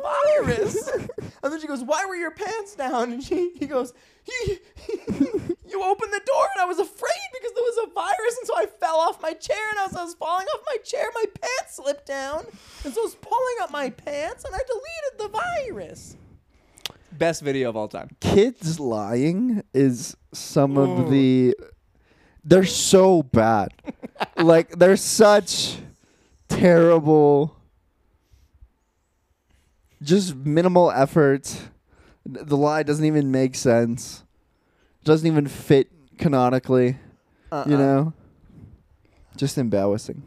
virus." and then she goes, "Why were your pants down?" And she, he goes, "You you opened the door, and I was afraid because there was a virus, and so I fell off my chair, and as I was falling off my chair, my pants slipped down, and so I was pulling up my pants, and I deleted the virus." Best video of all time. Kids lying is some of the. They're so bad. like they're such terrible. Just minimal effort. The lie doesn't even make sense. Doesn't even fit canonically. Uh-uh. you know just embarrassing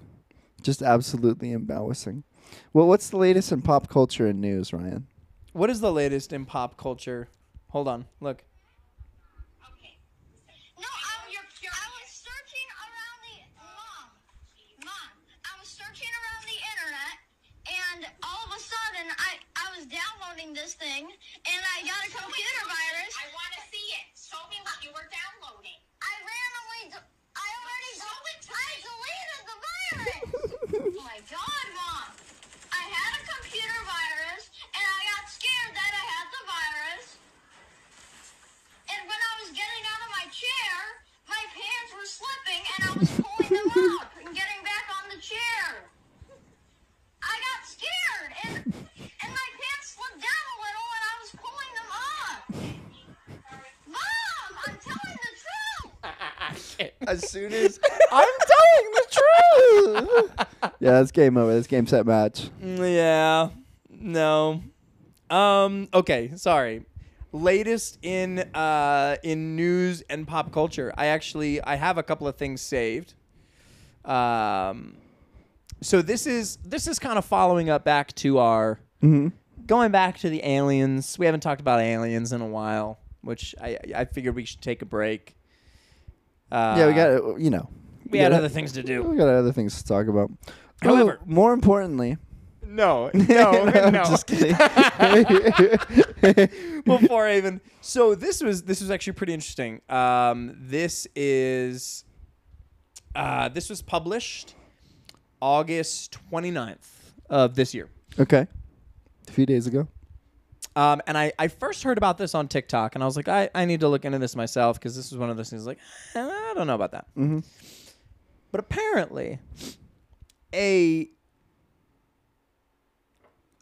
just absolutely embarrassing well what's the latest in pop culture and news ryan What is the latest in pop culture? Hold on, look. Okay. No, I, I was searching around the mom, mom. I was searching around the internet, and all of a sudden, I I was downloading this thing, and I got a computer virus. I want to see it. Show me what you were downloading. I randomly. d- I already. Show it I deleted the virus. oh my God, mom! I had a computer virus, and I got scared that I had the virus. And when I was getting out of my chair, my pants were slipping and I was pulling them up and getting back on the chair. I got scared and and my pants slipped down a little and I was pulling them up. Mom, I'm telling the truth. as soon as I'm telling the yeah that's game over that's game set match truth. Yeah. No. Um. Okay. Sorry. Latest in uh in news and pop culture. I actually I have a couple of things saved. Um. So this is this is kind of following up back to our mm-hmm. going back to the aliens, we haven't talked about aliens in a while, which I I figured we should take a break. Uh, yeah we got you know we had gotta- other things to do. we got other things to talk about However- Oh, Oh, more importantly No, no, I'm no. just kidding Before I even so this was this was actually pretty interesting. Um, this is uh, this was published August 29th of this year. okay a few days ago Um, and I, I first heard about this on TikTok, and I was like, I, I need to look into this myself because this is one of those things like, "Eh, I don't know about that. Mhm. But apparently, a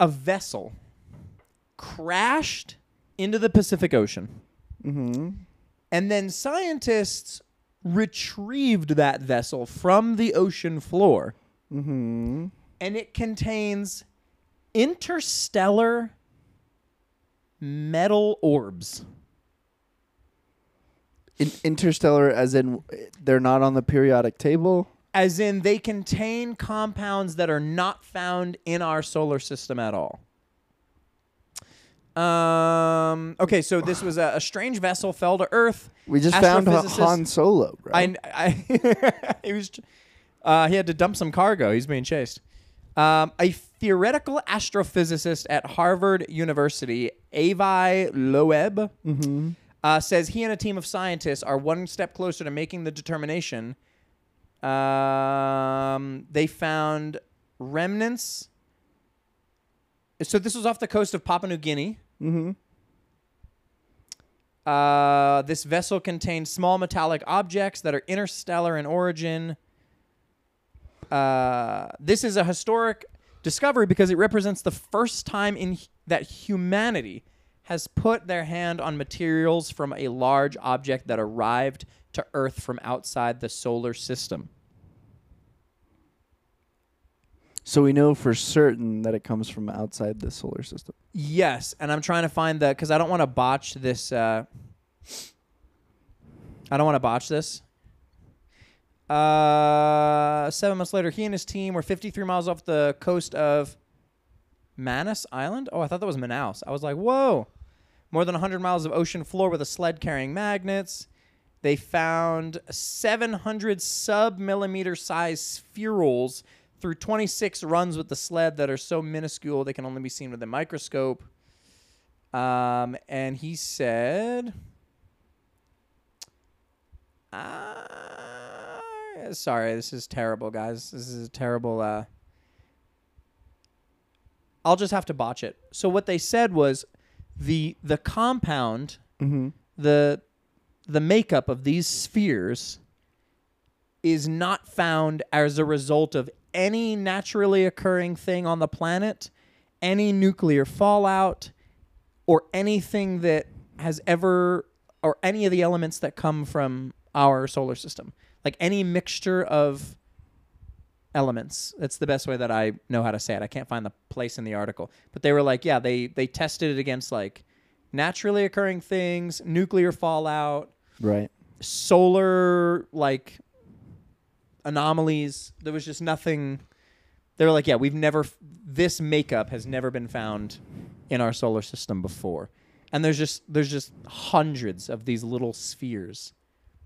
a vessel crashed into the Pacific Ocean, mm-hmm. and then scientists retrieved that vessel from the ocean floor, Mm-hmm. and it contains interstellar metal orbs. In- interstellar as in they're not on the periodic table as in they contain compounds that are not found in our solar system at all. Um. Okay, so this was a, a strange vessel fell to Earth. We just found Ha- Astrophysicist- Han Solo, bro. I, I he was, uh, he had to dump some cargo. He's being chased. Um, a theoretical astrophysicist at Harvard University, Avi Loeb, uh, says he and a team of scientists are one step closer to making the determination. Um, they found remnants. So this was off the coast of Papua New Guinea. Uh, this vessel contains small metallic objects that are interstellar in origin. Uh, this is a historic discovery because it represents the first time in hu- that humanity has put their hand on materials from a large object that arrived to Earth from outside the solar system. so we know for certain that it comes from outside the solar system. Yes, and I'm trying to find the because I don't want to botch this. Uh, I don't want to botch this. Uh, seven months later, he and his team were 53 miles off the coast of Manus Island. Oh, I thought that was Manaus. I was like, whoa! More than 100 miles of ocean floor with a sled carrying magnets. They found 700 sub millimeter size spherules through 26 runs with the sled that are so minuscule they can only be seen with a microscope. Um, and he said, Uh, sorry, this is terrible, guys. This is a terrible. Uh, I'll just have to botch it. So what they said was, the the compound, the the makeup of these spheres is not found as a result of any naturally occurring thing on the planet, any nuclear fallout, or anything that has ever or any of the elements that come from our solar system. Like any mixture of elements. That's the best way that I know how to say it. I can't find the place in the article. But they were like, yeah, they they tested it against like naturally occurring things, nuclear fallout, Right. solar like anomalies. There was just nothing. They were like, yeah, we've never f- this makeup has never been found in our solar system before, and there's just there's just hundreds of these little spheres.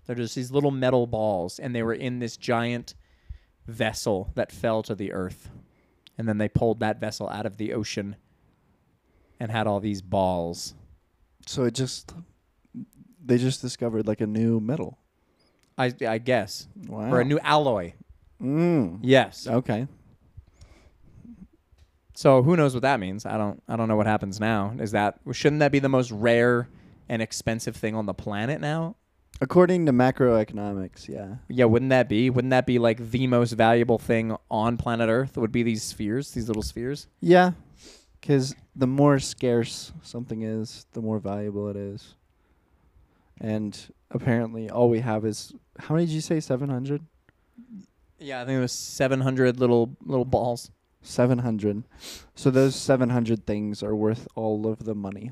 They're just these little metal balls, and they were in this giant vessel that fell to the earth, and then they pulled that vessel out of the ocean and had all these balls. So it just they just discovered like a new metal. I I guess Wow. or a new alloy. Mm. Yes. Okay. So who knows what that means? I don't. I don't know what happens now. Is that shouldn't that be the most rare and expensive thing on the planet now? According to macroeconomics, yeah. Yeah, wouldn't that be? Wouldn't that be like the most valuable thing on planet Earth? Would be these spheres, these little spheres. Yeah. Cuz the more scarce something is, the more valuable it is. And apparently all we have is how many did you say 700? Yeah, I think it was seven hundred little little balls. 700. So those 700 things are worth all of the money.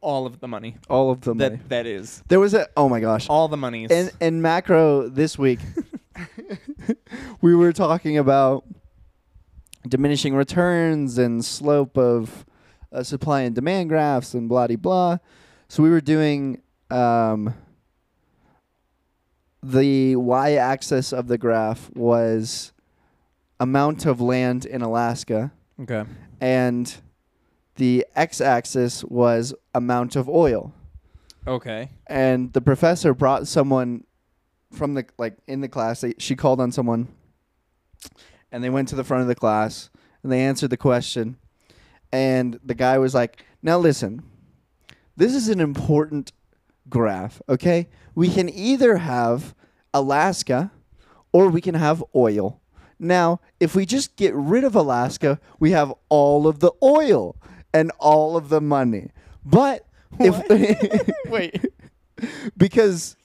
All of the money. All of the that money. that is There was a Oh my gosh. all the monies. in in macro this week we were talking about diminishing returns and slope of uh, supply and demand graphs and blah de blah so we were doing um, the y-axis of the graph was amount of land in alaska okay. and the x-axis was amount of oil Okay. and the professor brought someone from the like in the class. They, she called on someone, and they went to the front of the class and they answered the question. And the guy was like, "Now listen, this is an important graph. Okay, we can either have Alaska, or we can have oil. Now, if we just get rid of Alaska, we have all of the oil and all of the money. But if Wait. because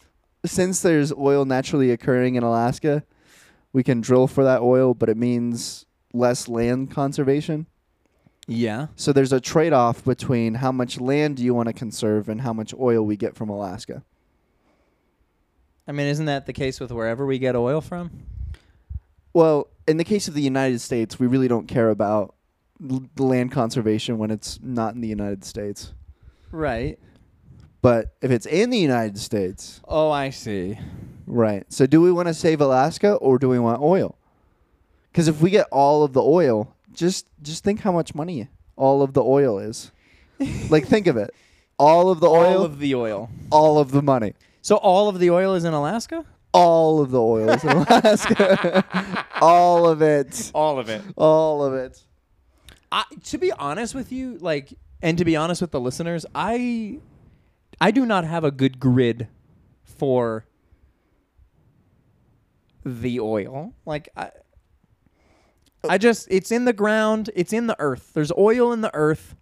since there's oil naturally occurring in Alaska, we can drill for that oil, but it means less land conservation. Yeah. So there's a trade off between how much land do you want to conserve and how much oil we get from Alaska. I mean, isn't that the case with wherever we get oil from? Well, in the case of the United States, we really don't care about l- the land conservation when it's not in the United States. Right. But if it's in the United States, Oh, I see. Right. So do we want to save Alaska or do we want oil? Because if we get all of the oil, just just think how much money all of the oil is. like think of it, all of the oil, All of the oil. all of the money, So all of the oil is in Alaska? all of the oil is in Alaska, all of it, All of it. all of it. I, to be honest with you, like, and to be honest with the listeners, I, I do not have a good grid for the oil. Like, I, I just, it's in the ground, it's in the earth. There's oil in the earth,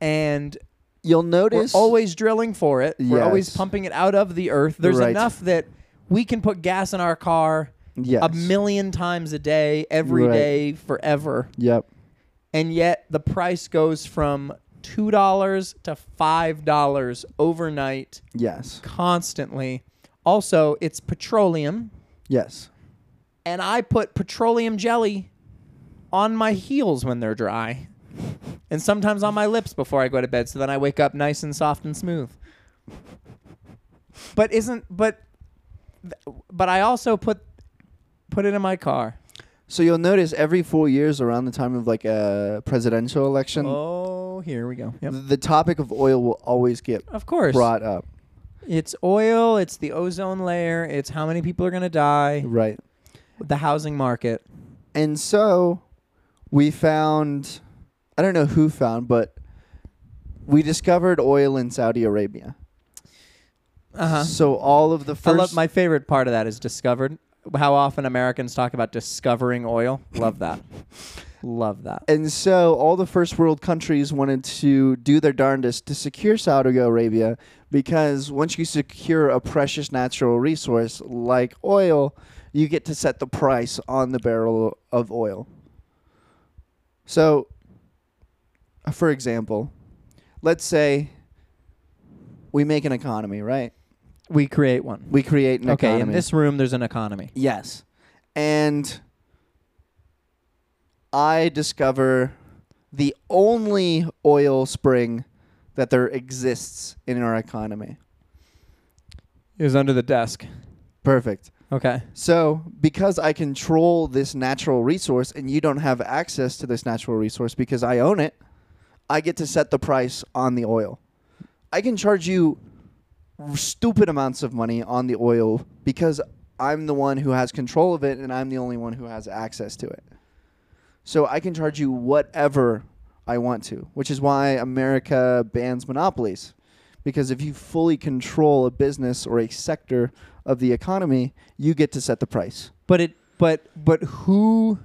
and You'll we're notice always drilling for it. We're always Yes. pumping it out of the earth. There's Right. enough that we can put gas in our car a Yes. million times a day, every day, Right. forever. Yep. And yet the price goes from $2 to $5 overnight Yes. constantly. Also, it's petroleum, Yes. and I put petroleum jelly on my heels when they're dry. And sometimes on my lips before I go to bed, so then I wake up nice and soft and smooth. But isn't but th- but I also put put it in my car. So you'll notice every four years, around the time of like a presidential Hmm. election, Oh, here we go. Yep. the topic of oil will always get Of course. brought up. It's oil. It's the ozone layer. It's how many people are going to die. Right. The housing market. And so we found I don't know who found, but we discovered oil in Saudi Arabia. Uh huh. So all of the I first love my favorite part of that is discovered. How often Americans talk about discovering oil. Love that. love that. and so all the first world countries wanted to do their darndest to secure Saudi Arabia because once you secure a precious natural resource like oil, you get to set the price on the barrel of oil. So, uh, for example, let's say we make an economy, right? We create one. We create an okay, economy. in this room, there's an economy. Yes. And I discover the only oil spring that there exists in our economy. It was under the desk. Perfect. Okay. So, because I control this natural resource and you don't have access to this natural resource because I own it, I get to set the price on the oil. I can charge you stupid amounts of money on the oil because I'm the one who has control of it and I'm the only one who has access to it. So, I can charge you whatever I want to, which is why America bans monopolies because if you fully control a business or a sector of the economy, you get to set the price. But it but but who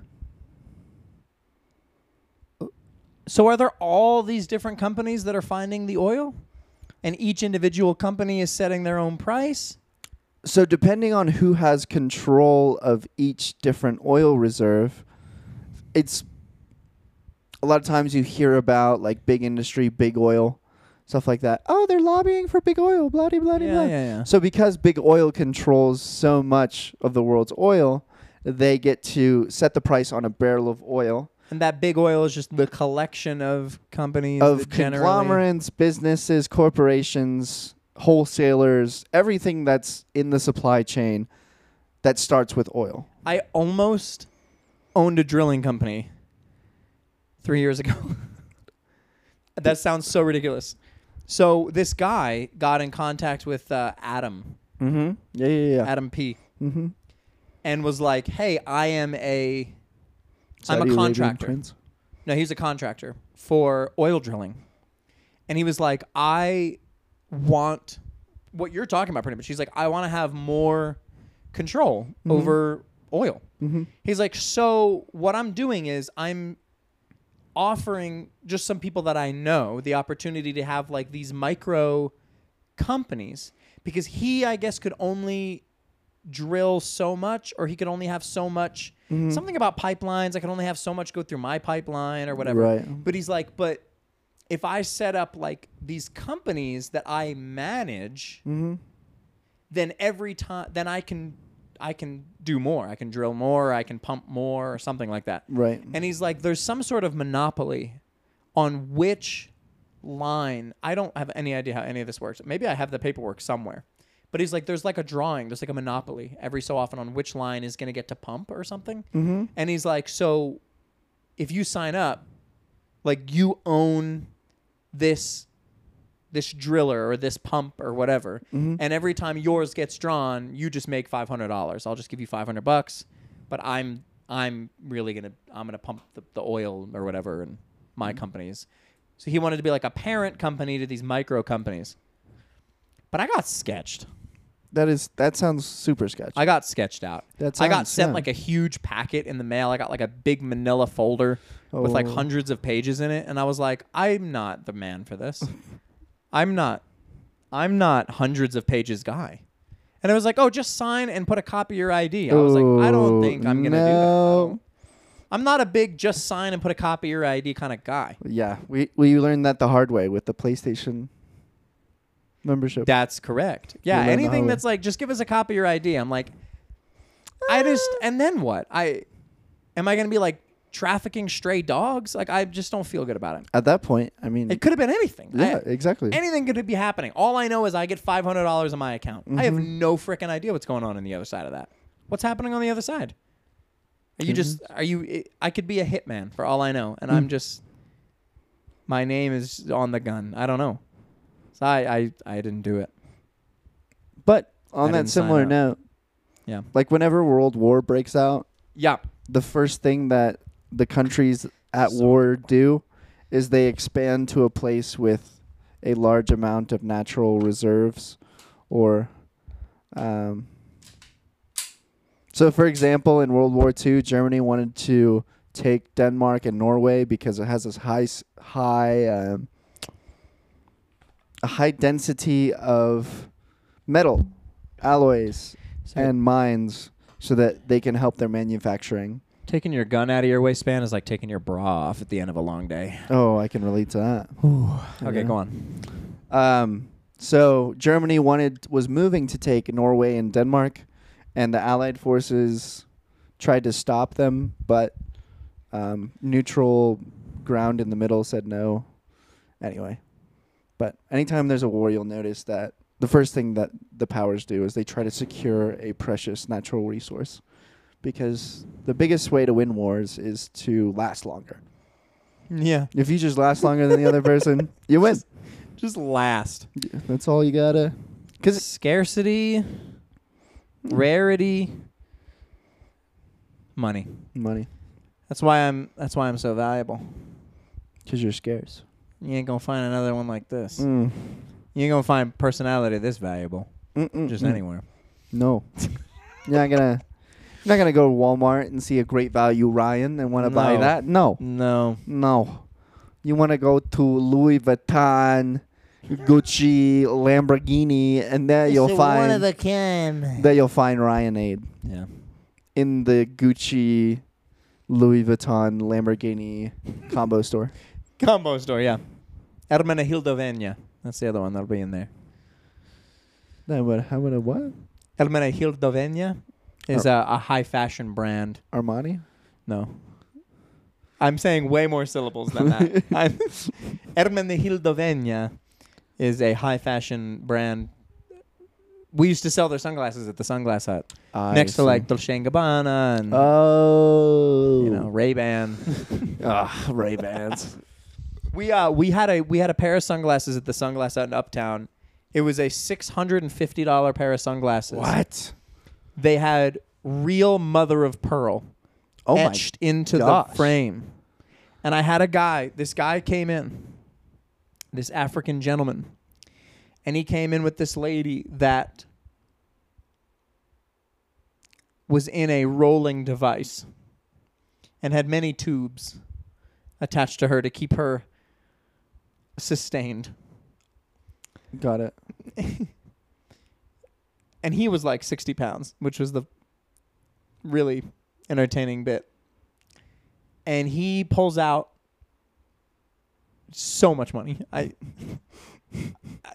So are there all these different companies that are finding the oil? And each individual company is setting their own price? So depending on who has control of each different oil reserve, it's a lot of times you hear about like big industry, big oil, stuff like that. Oh, they're lobbying for big oil, blah de blah de Yeah, blah. yeah, yeah. So because big oil controls so much of the world's oil, they get to set the price on a barrel of oil. And that big oil is just the collection of companies of that generally- conglomerates, businesses, corporations, wholesalers, everything that's in the supply chain that starts with oil. I almost owned a drilling company three years ago. that sounds so ridiculous. So this guy got in contact with uh, Adam, Mm-hmm. Yeah, yeah, yeah. Adam P, Mm-hmm. and was like, "Hey, I am a, am a contractor." No, he was a contractor for oil drilling. And he was like, I want what you're talking about pretty much. He's like, I want to have more control over oil. He's like, so what I'm doing is I'm offering just some people that I know the opportunity to have like these micro companies because he, I guess, could only drill so much or he could only have so much something about pipelines i could only have so much go through my pipeline or whatever Right. but he's like but if i set up like these companies that i manage then every time then i can i can do more i can drill more i can pump more or something like that Right. and he's like there's some sort of monopoly on which line i don't have any idea how any of this works maybe i have the paperwork somewhere but he's like there's like a drawing there's like a monopoly every so often on which line is going to get to pump or something mm-hmm. and he's like so if you sign up like you own this this driller or this pump or whatever and every time yours gets drawn you just make $500 i'll just give you 500 bucks but i'm i'm really gonna i'm gonna pump the, the oil or whatever in my companies so he wanted to be like a parent company to these micro companies but i got sketched That is that sounds super sketchy. i got sketched out That i got sounds- sent yeah. like a huge packet in the mail i got like a big manila folder with like Oh. hundreds of pages in it and i was like i'm not the man for this i'm not i'm not hundreds of pages guy and it was like oh just sign and put a copy of your id i was like i don't Oh, think i'm gonna do that I don't- no. i'm not a big just sign and put a copy of your id kind of guy Yeah, we we learned that the hard way with the PlayStation membership. that's correct yeah learn the hard anything way. that's like just give us a copy of your id i'm like i just Ah. and then what i am i gonna be like trafficking stray dogs like i just don't feel good about it At that point, I mean, it could have been anything I- yeah, exactly. anything could be happening. All I know is I get five hundred dollars in my account. I have Mm-hmm. no freaking idea what's going on on the other side of that. What's happening on the other side? Are you just Mm-hmm. are you? I could be a hitman for all I know, and Mm. I'm just my name is on the gun. I don't know. So I I, I didn't do it. But On I that didn't sign similar up. note, Yeah. like whenever world war breaks out, Yeah. the first thing that the countries at war do is they expand to a place with a large amount of natural reserves or um, so for example in world war ii germany wanted to take denmark and norway because it has this high s- high um, a high density of metal alloys so and mines so that they can help their manufacturing taking your gun out of your waistband is like taking your bra off at the end of a long day. Oh, I can relate to that. Okay, Yeah. go on. Um, so Germany wanted was moving to take Norway and Denmark, and the Allied forces tried to stop them, but um, neutral ground in the middle said no. Anyway, but anytime there's a war, you'll notice that the first thing that the powers do is they try to secure a precious natural resource, because the biggest way to win wars is to last longer. Yeah, If you just last longer than the other person, you win. just last. That's all you gotta. Cause scarcity, rarity, money. money. That's why I'm. That's why I'm so valuable. Cause you're scarce. You ain't gonna find another one like this. Mm. You ain't gonna find personality this valuable Mm-mm. Mm. just anywhere. No. you're not gonna. You're not gonna go to Walmart and see a great value Ryan and want to buy No. that. No. No, No. You want to go to Louis Vuitton, Gucci, Lamborghini, and there you'll find kind. there you'll find Ryanade Yeah, in the Gucci, Louis Vuitton, Lamborghini combo store. combo store. Yeah, Hermana Hildovenia. That's the other one that'll be in there. That would how would a what? Hermana Hildovenia is Oh. a, a high fashion brand. Armani. No. I'm saying way more syllables than that. I'm Hermenegildoveña is a high fashion brand. We used to sell their sunglasses at the Sunglass Hut I next see. to like Dolce and Gabbana Mm-hmm. and Oh, you know Ray Ban. Ah, Ray Bans. we uh we had a we had a pair of sunglasses at the Sunglass Hut in Uptown. It was a six hundred and fifty dollar pair of sunglasses. what? They had real mother of pearl. Oh my! etched into the gosh. frame. And I had a guy, this guy came in, this African gentleman, and he came in with this lady that was in a rolling device and had many tubes attached to her to keep her sustained. Got it. And he was like 60 pounds, which was the really entertaining bit. And he pulls out so much money. I I-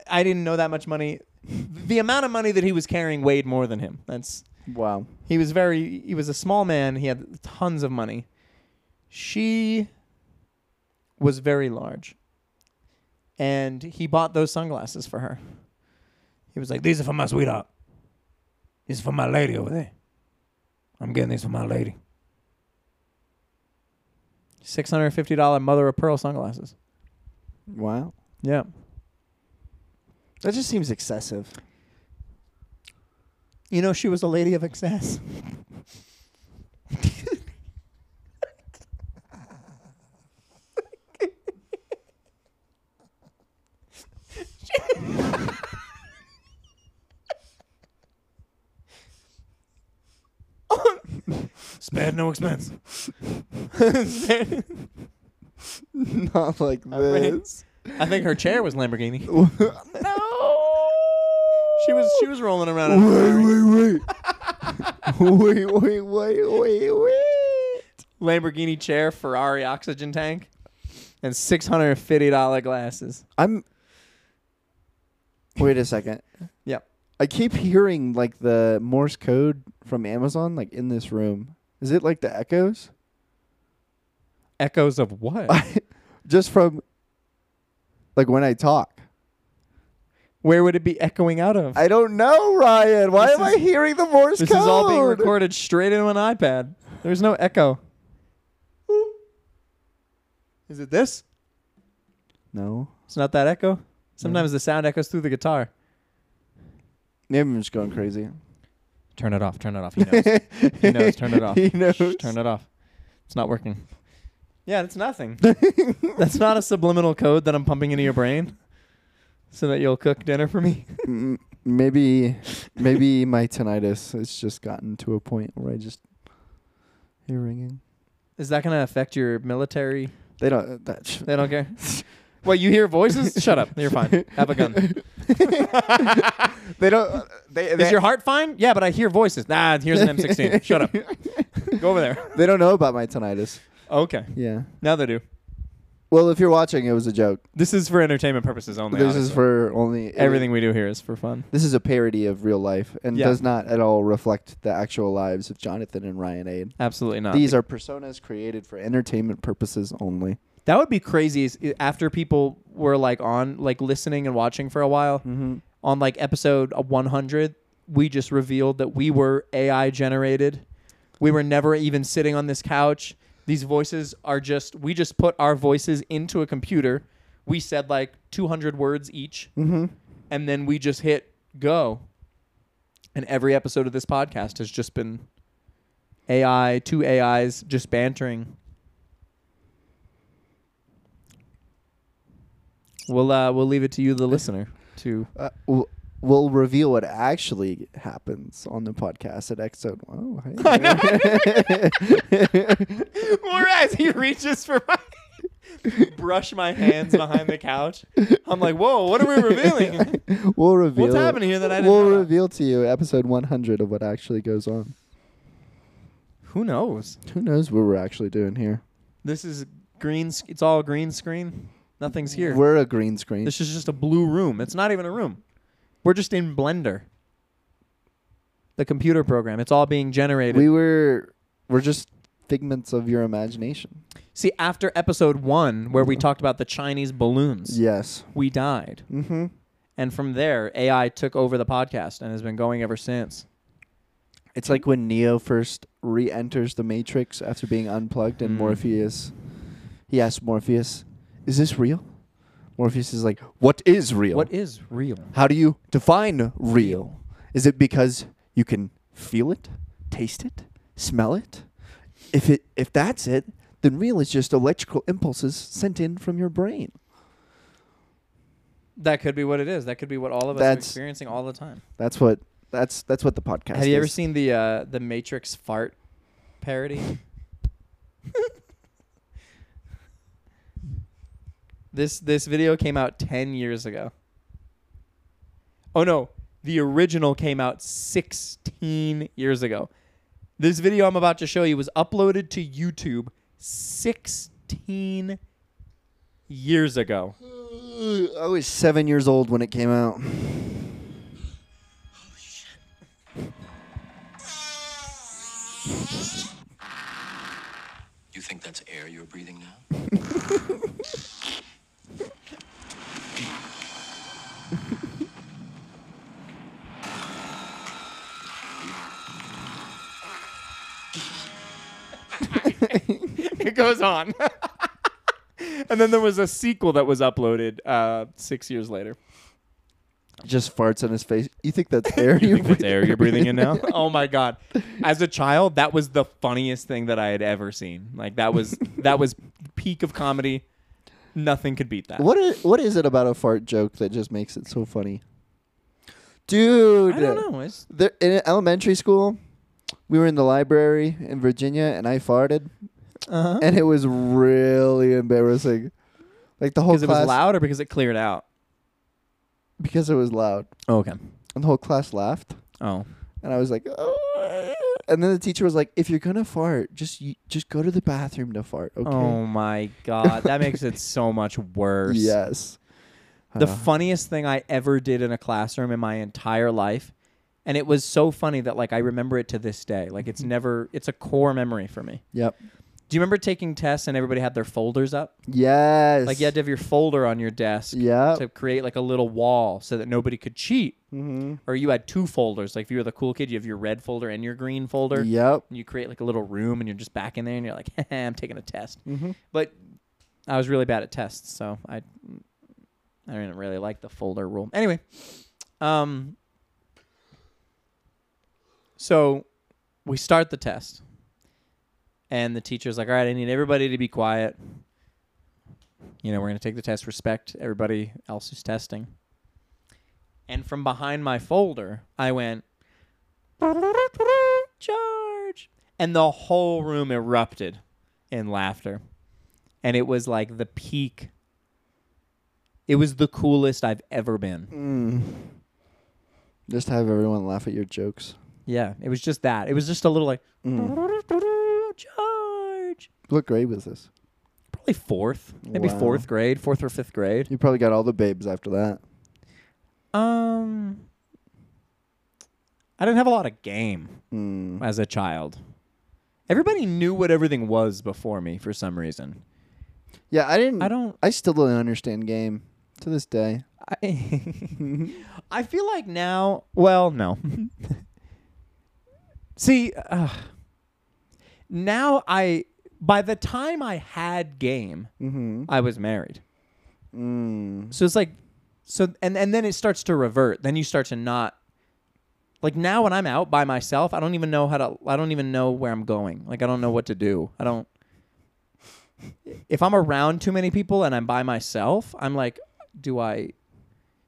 I didn't know that much money. The amount of money that he was carrying weighed more than him. That's Wow. he was very he was a small man, he had tons of money. She was very large. And he bought those sunglasses for her. He was like, These are for my sweetheart. These are for my lady over there. I'm getting these for my lady. Six hundred fifty dollar mother of pearl sunglasses. Wow. Yeah, That just seems excessive. you know she was a lady of excess. Spared no expense. Not like this. I think her chair was Lamborghini. She was she was rolling around. In a Ferrari. wait, wait. wait, wait, wait, wait, wait. Lamborghini chair, Ferrari oxygen tank, and six hundred fifty dollar glasses. I'm. Wait a second. Yep. I keep hearing like the Morse code from Amazon, like in this room. Is it like the echoes? Echoes of what? just from, like when I talk. Where would it be echoing out of? I don't know, Ryan. Why This am is- I hearing the Morse this code? is all being recorded straight into an iPad. There's no echo. Is it this? No. It's not that echo. Sometimes the sound echoes through the guitar. Maybe I'm just going crazy. Turn it off. Turn it off. He knows. he knows. Turn it off. He Shh, knows. turn it off. It's not working. Yeah, that's nothing. that's not a subliminal code that I'm pumping into your brain so that you'll cook dinner for me. M- maybe maybe my tinnitus has just gotten to a point where I just hear ringing. Is that going to affect your military? They don't. uh, That sh- They don't care. What, you hear voices? Shut up. You're fine. Have a gun. they don't. uh, They, Is they, your heart fine? Yeah, but I hear voices. Nah, here's an M16. Shut up. Go over there. they don't know about my tinnitus. Okay. Yeah. Now they do. Well, if you're watching, it was a joke. This is for entertainment purposes only. this is honestly. for only everything we do here is for fun. This is a parody of real life and Yeah. does not at all reflect the actual lives of Jonathan and Ryan Aid. Absolutely not. These are personas created for entertainment purposes only. That would be crazy. Is i- after people were like on, like listening and watching for a while, on like episode uh, 100, we just revealed that we were AI generated. We were never even sitting on this couch. These voices are just, we just put our voices into a computer. We said like 200 words each, and then we just hit go. And every episode of this podcast has just been AI, two AIs just bantering. We'll uh, we'll leave it to you, the listener, to Uh, w- we'll reveal what actually happens on the podcast at episode. Oh, hey. or as he reaches for my brush my hands behind the couch. I'm like, whoa, what are we revealing? we'll reveal. happening here that I didn't We'll know? reveal to you episode 100 of what actually goes on. Who knows? Who knows what we're actually doing here? This is green. sc- It's all green screen. Nothing's here. We're a green screen. this is just a blue room. It's not even a room. We're just in Blender. The computer program. It's all being generated. we were. We're just figments of your imagination. See, after episode one, where we talked about the Chinese balloons, Yes. we died. Mm-hmm. And from there, AI took over the podcast and has been going ever since. It's like when Neo first re-enters the Matrix after being unplugged, and Mm. Morpheus, he asks Morpheus, "Is this real?" Morpheus is like, "What is real? What is real? How do you define real? Is it because you can feel it, taste it, smell it? If it if that's it, then real is just electrical impulses sent in from your brain." That could be what it is. That could be what all of us are That's- experiencing all the time. That's what that's that's what the podcast. Have you ever is. seen the uh, the Matrix fart parody? this this video came out ten years ago. Oh no, the original came out sixteen years ago. This video I'm about to show you was uploaded to YouTube sixteen years ago. I was seven years old when it came out. You think that's air you're breathing now? it goes on. and then there was a sequel that was uploaded uh, six years later. Just farts on his face. You think that's air? you you're breathing in now? oh my god! As a child, that was the funniest thing that I had ever seen. Like that was that was peak of comedy. Nothing could beat that. What is what is it about a fart joke that just makes it so funny? Dude, I don't know. It's, There, in elementary school, we were in the library in Virginia, and I farted, uh-huh. and it was really embarrassing. Like the whole Because class it was loud or because it cleared out. because it was loud, okay. and the whole class laughed, Oh. and I was like, "Oh." and then the teacher was like, "If you're gonna fart, just you, just go to the bathroom to fart." Okay. Oh my god! That makes it so much worse. yes. The Uh, funniest thing I ever did in a classroom in my entire life. And it was so funny that like I remember it to this day. Like it's never it's a core memory for me. Yep. Do you remember taking tests and everybody had their folders up? Yes. Like you had to have your folder on your desk Yep. to create like a little wall so that nobody could cheat. Mm-hmm. Or you had two folders. Like if you were the cool kid, you have your red folder and your green folder. Yep. And you create like a little room and you're just back in there and you're like, I'm taking a test. But I was really bad at tests, so I I didn't really like the folder rule. Anyway, um, So we start the test. And the teacher's like, all right, I need everybody to be quiet. You know, we're going to take the test, respect everybody else who's testing. And from behind my folder, I went, George. And the whole room erupted in laughter. And it was like the peak. It was the coolest I've ever been. Just have everyone laugh at your jokes. Yeah, it was just that. It was just a little like George. What grade was this? Probably fourth, maybe Wow. fourth grade, fourth or fifth grade. You probably got all the babes after that. Um, I didn't have a lot of game as a child. Everybody knew what everything was before me for some reason. Yeah, I didn't. I don't- I still don't understand game to this day. I, I feel like now, well, no. See, uh, now I, by the time I had game, I was married. So it's like, so, and, and then it starts to revert. Then you start to not, like now when I'm out by myself, I don't even know how to, I don't even know where I'm going. Like, I don't know what to do. I don't, if I'm around too many people and I'm by myself, I'm like, do I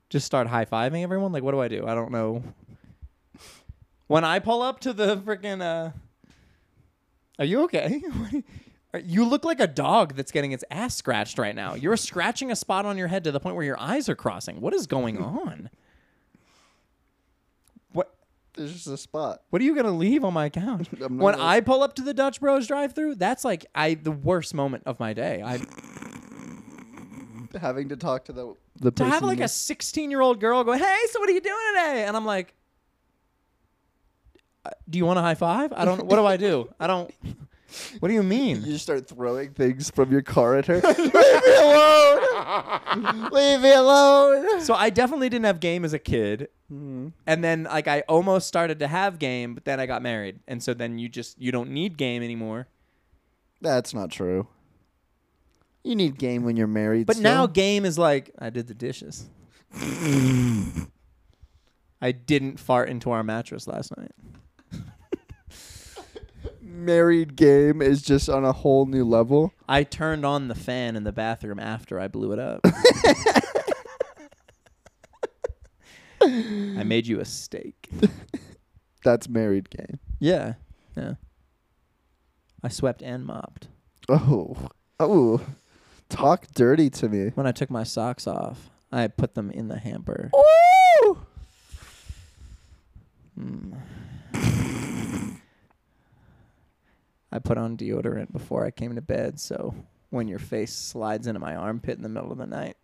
just start high fiving everyone? Like, what do I do? I don't know. When I pull up to the freaking, uh, are you okay? Are- you look like a dog that's getting its ass scratched right now. You're scratching a spot on your head to the point where your eyes are crossing. What is going on? What? There's just a spot. What are you gonna leave on my couch? I'm not when gonna- I pull up to the Dutch Bros drive-through, that's like I the worst moment of my day. I Having to talk to the the to have like a 16 year old girl go, hey, so what are you doing today? And I'm like, "Uh, do you want a high five? I don't. What do I do? I don't. What do you mean? You just start throwing things from your car at her. Leave me alone! Leave me alone! So I definitely didn't have game as a kid, and then like I almost started to have game, but then I got married, and so then you just you don't need game anymore. That's not true. You need game when you're married. But now still. game is like I did the dishes. I didn't fart into our mattress last night. married game is just on a whole new level. I turned on the fan in the bathroom after I blew it up. I made you a steak. That's married game. Yeah. Yeah. I swept and mopped. Oh, oh, talk dirty to me. When I took my socks off, I put them in the hamper. Mm. I put on deodorant before I came to bed, so when your face slides into my armpit in the middle of the night,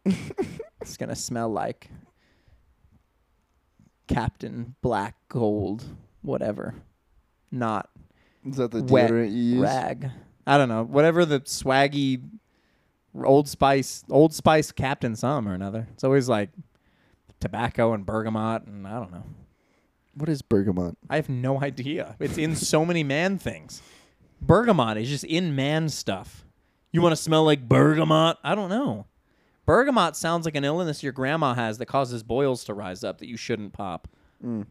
it's gonna smell like Captain Black Gold, whatever. Not Is that the wet deodorant you use? rag. I don't know. Whatever the swaggy Old Spice, Old Spice Captain some or another. It's always like tobacco and bergamot and I don't know. What is bergamot? I have no idea. It's in so many man things. Bergamot is just in man stuff. You want to smell like bergamot? I don't know. Bergamot sounds like an illness your grandma has that causes boils to rise up that you shouldn't pop. Mm.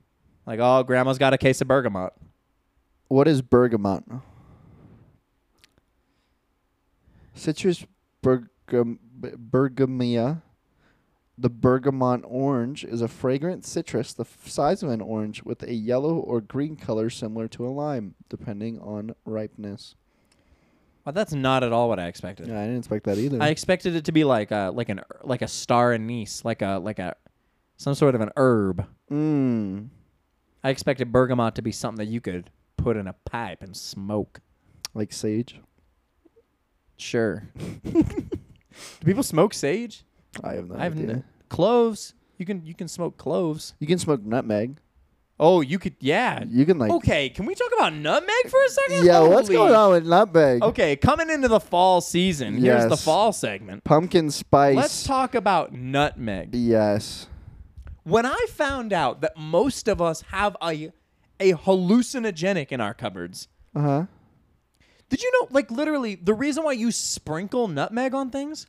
Like, oh, grandma's got a case of bergamot. What is bergamot? Citrus bergam- b- bergamia. The bergamot orange is a fragrant citrus the f- size of an orange with a yellow or green color similar to a lime, depending on ripeness. Well, that's not at all what I expected. Yeah, I didn't expect that either. I expected it to be like a like an like a star anise, like a like a some sort of an herb. mm. I expected bergamot to be something that you could put in a pipe and smoke. Like sage? Sure. Do people smoke sage? I have no I have idea. n- cloves. You can you can smoke cloves. you can smoke nutmeg. Oh, you could yeah. You can, like. okay, can we talk about nutmeg for a second? Yeah, what's Holy- going on with nutmeg? Okay, coming into the fall season. Here's the Yes. fall segment. Pumpkin spice. Let's talk about nutmeg. Yes. when I found out that most of us have a a hallucinogenic in our cupboards, Uh huh. did you know like literally the reason why you sprinkle nutmeg on things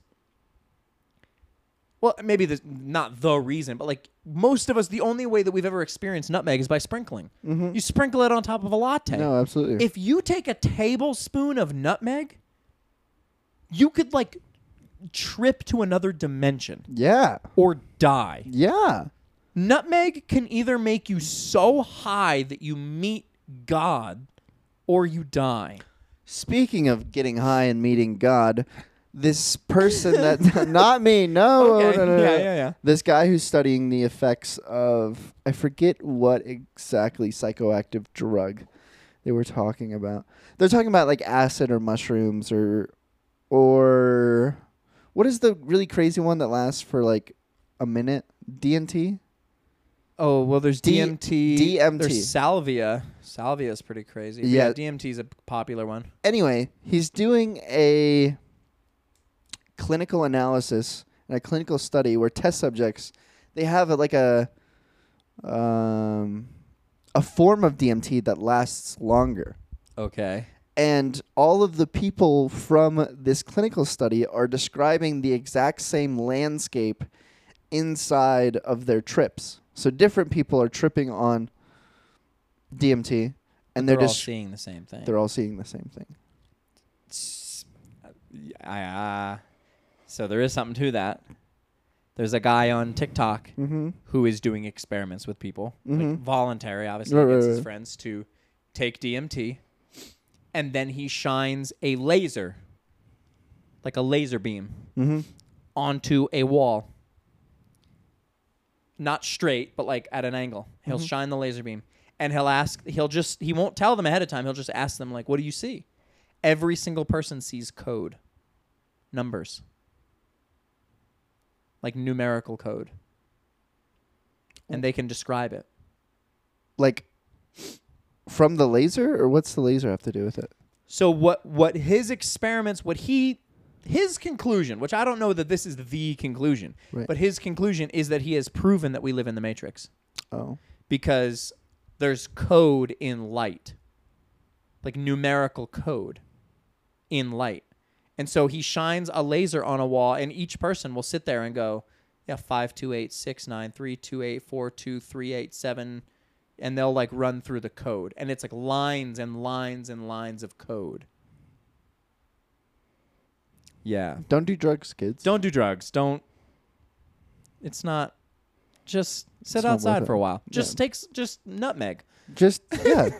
well, maybe the not the reason, but like most of us, the only way that we've ever experienced nutmeg is by sprinkling. You sprinkle it on top of a latte. No, absolutely. If you take a tablespoon of nutmeg, you could like trip to another dimension yeah. or die. Yeah. Nutmeg can either make you so high that you meet God or you die. Speaking of getting high and meeting God, this person that not me, no, Okay, no, no, no, yeah, no. yeah, yeah. This guy who's studying the effects of I forget what exactly psychoactive drug they were talking about. They're talking about like acid or mushrooms or or what is the really crazy one that lasts for like a minute? DMT? Oh, well, there's D- DMT. DMT. There's salvia. Salvia is pretty crazy. Yeah. Yeah. DMT is a popular one. anyway, he's doing a clinical analysis and a clinical study where test subjects they have a, like a um, a form of DMT that lasts longer. Okay. And all of the people from this clinical study are describing the exact same landscape inside of their trips. So different people are tripping on DMT, and They're, they're, all just seeing the same thing. they're all seeing the same thing. It's- I, uh, so there is something to that. There's a guy on TikTok Mm-hmm. who is doing experiments with people, like voluntary, obviously, Right, right, gets his right. friends to take DMT, and then he shines a laser, like a laser beam, Mm-hmm. onto a wall. Not straight, but like at an angle. He'll Mm-hmm. shine the laser beam, and he'll ask. He'll just. He won't tell them ahead of time. He'll just ask them like, "What do you see?" every single person sees code numbers like numerical code and they can describe it like from the laser or what's the laser have to do with it so what what his experiments what he his conclusion which i don't know that this is the conclusion Right. but his conclusion is that he has proven that we live in the matrix oh because there's code in light, like numerical code in light. And so he shines a laser on a wall, and each person will sit there and go, yeah, five two eight six nine three two eight four two three eight seven, and they'll like run through the code, and it's like lines and lines and lines of code. Yeah. don't do drugs kids Don't do drugs. Don't. It's not. Just sit It's not worth outside it. for a while. Just takes just nutmeg. just yeah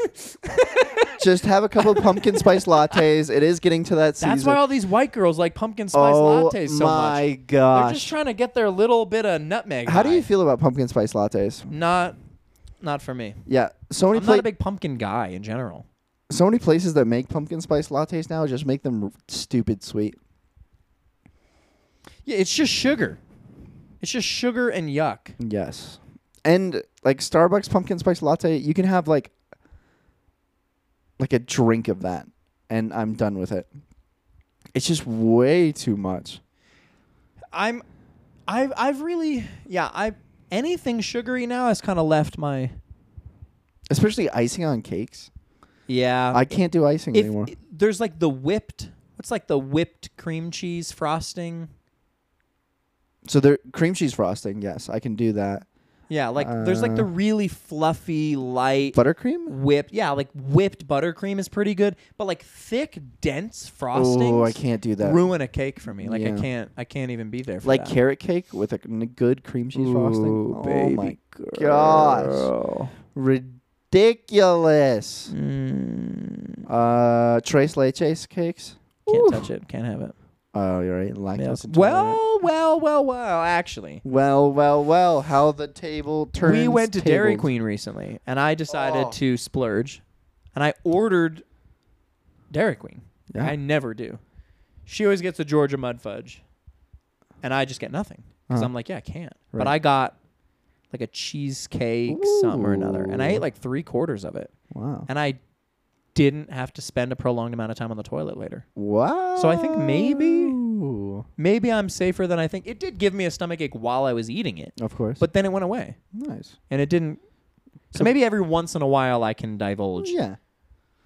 just have a couple of pumpkin spice lattes it is getting to that season That's why all these white girls like pumpkin spice oh lattes so my much. They're just gosh trying to get their little bit of nutmeg. how do you high. feel about pumpkin spice lattes Not, not for me. yeah so many I'm not pla- a big pumpkin guy in general. so many places that make pumpkin spice lattes now just make them r- stupid sweet Yeah, it's just sugar. It's just sugar and yuck. yes and like starbucks pumpkin spice latte you can have like like a drink of that and i'm done with it it's just way too much I'm, I've I've really yeah I anything sugary now has kind of left my especially icing on cakes. yeah I can't do icing if anymore. i- there's like the whipped what's like the whipped cream cheese frosting so there, cream cheese frosting. Yes, I can do that. yeah like there's like Uh. the really fluffy light Buttercream. whipped yeah like whipped buttercream is pretty good but like thick dense frosting Oh, I can't do that. ruin a cake for me like Yeah. i can't i can't even be there for like that. carrot cake with a n- good cream cheese frosting. Ooh, oh baby my gosh, ridiculous. Uh, tres leches cakes. can't Ooh. Mm, touch it can't have it Oh, you're right. Lactose Yeah. intolerant. well well well well actually well, well, well. How the table turns. we went to Dairy tables. Queen recently, and I decided Oh. to splurge, and I ordered Dairy Queen. Yeah. I never do. She always gets a Georgia mud fudge, and I just get nothing because Uh-huh. I'm like, yeah, I can't. Right. But I got like a cheesecake, some or another, and I ate like three quarters of it, Wow. and I didn't have to spend a prolonged amount of time on the toilet later. Wow. So I think maybe- Ooh. Maybe I'm safer than I think. It did give me a stomachache while I was eating it, Of course. but then it went away, nice. and it didn't. So maybe every once in a while I can divulge. Yeah.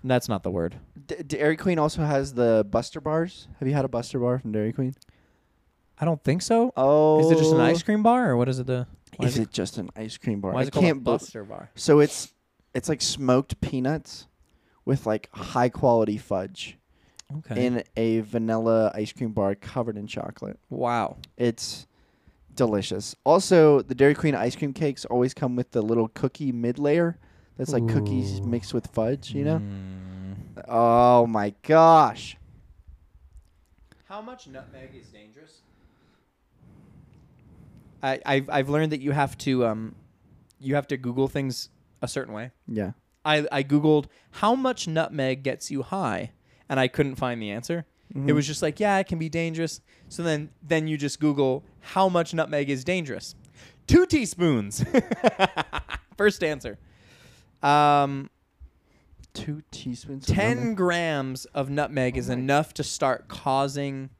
That's not the word. D- Dairy Queen also has the Buster bars. Have you had a Buster bar from Dairy Queen? I don't think so. Oh, Is it just an ice cream bar or what is it? The why Is, it just an ice cream bar? Why is I it called can't a bel- Buster bar? So it's it's like smoked peanuts with like high quality fudge Okay. in a vanilla ice cream bar covered in chocolate. wow. It's delicious. Also, the Dairy Queen ice cream cakes always come with the little cookie mid layer that's like cookies Ooh. mixed with fudge, you know? Mm. Oh my gosh. How much nutmeg is dangerous? I, I've I've learned that you have to um, you have to Google things a certain way. Yeah. I, I googled how much nutmeg gets you high, and I couldn't find the answer. It was just like, yeah, it can be dangerous. So then then you just Google how much nutmeg is dangerous. Two teaspoons. First answer. Um, Two teaspoons. of 10 lemon. grams of nutmeg is enough to start causing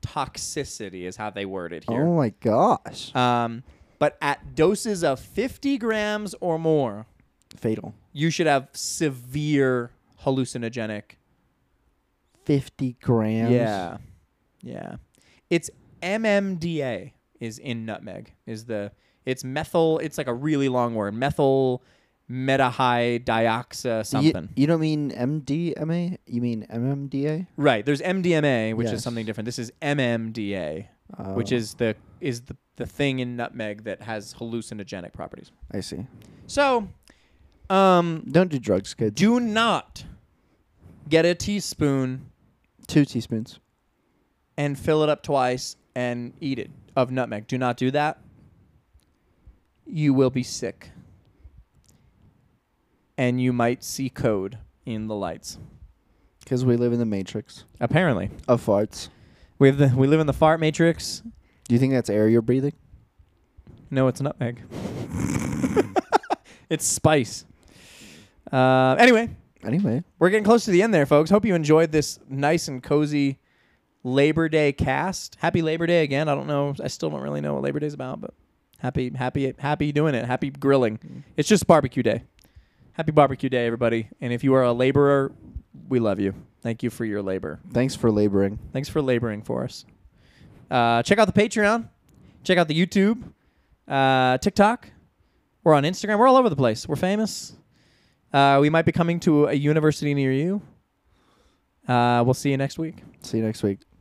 toxicity, is how they word it Oh here. my gosh. Um, but at doses of 50 grams or more, Fatal. you should have severe hallucinogenic. 50 grams. Yeah. Yeah. It's MMDA is in nutmeg, is the. It's methyl. It's like a really long word. Methyl metahydioxa You, something. you don't mean MDMA? You mean MMDA? Right. There's MDMA, which Yes. is something different. This is MMDA, which Oh, is the is the, the thing in nutmeg that has hallucinogenic properties. I see. So, um, Don't do drugs, kids. do not get a teaspoon Two teaspoons. and fill it up twice and eat it of nutmeg. Do not do that. You will be sick. And you might see code in the lights. Because we live in the matrix Apparently, of farts. we have the, we live in the fart matrix. Do you think that's air you're breathing? No, it's nutmeg. it's spice. Uh, anyway, Anyway. we're getting close to the end there, folks. Hope you enjoyed this nice and cozy Labor Day cast. Happy Labor Day again. I don't know. I still don't really know what Labor Day's about, but happy, happy, happy doing it. Happy grilling. It's just barbecue day. Happy barbecue day, everybody. And if you are a laborer, we love you. Thank you for your labor. Thanks for laboring. Thanks for laboring for us. Uh, check out the Patreon. Check out the YouTube, uh, TikTok. We're on Instagram. We're all over the place. We're famous. Uh, we might be coming to a university near you. Uh, we'll see you next week. See you next week.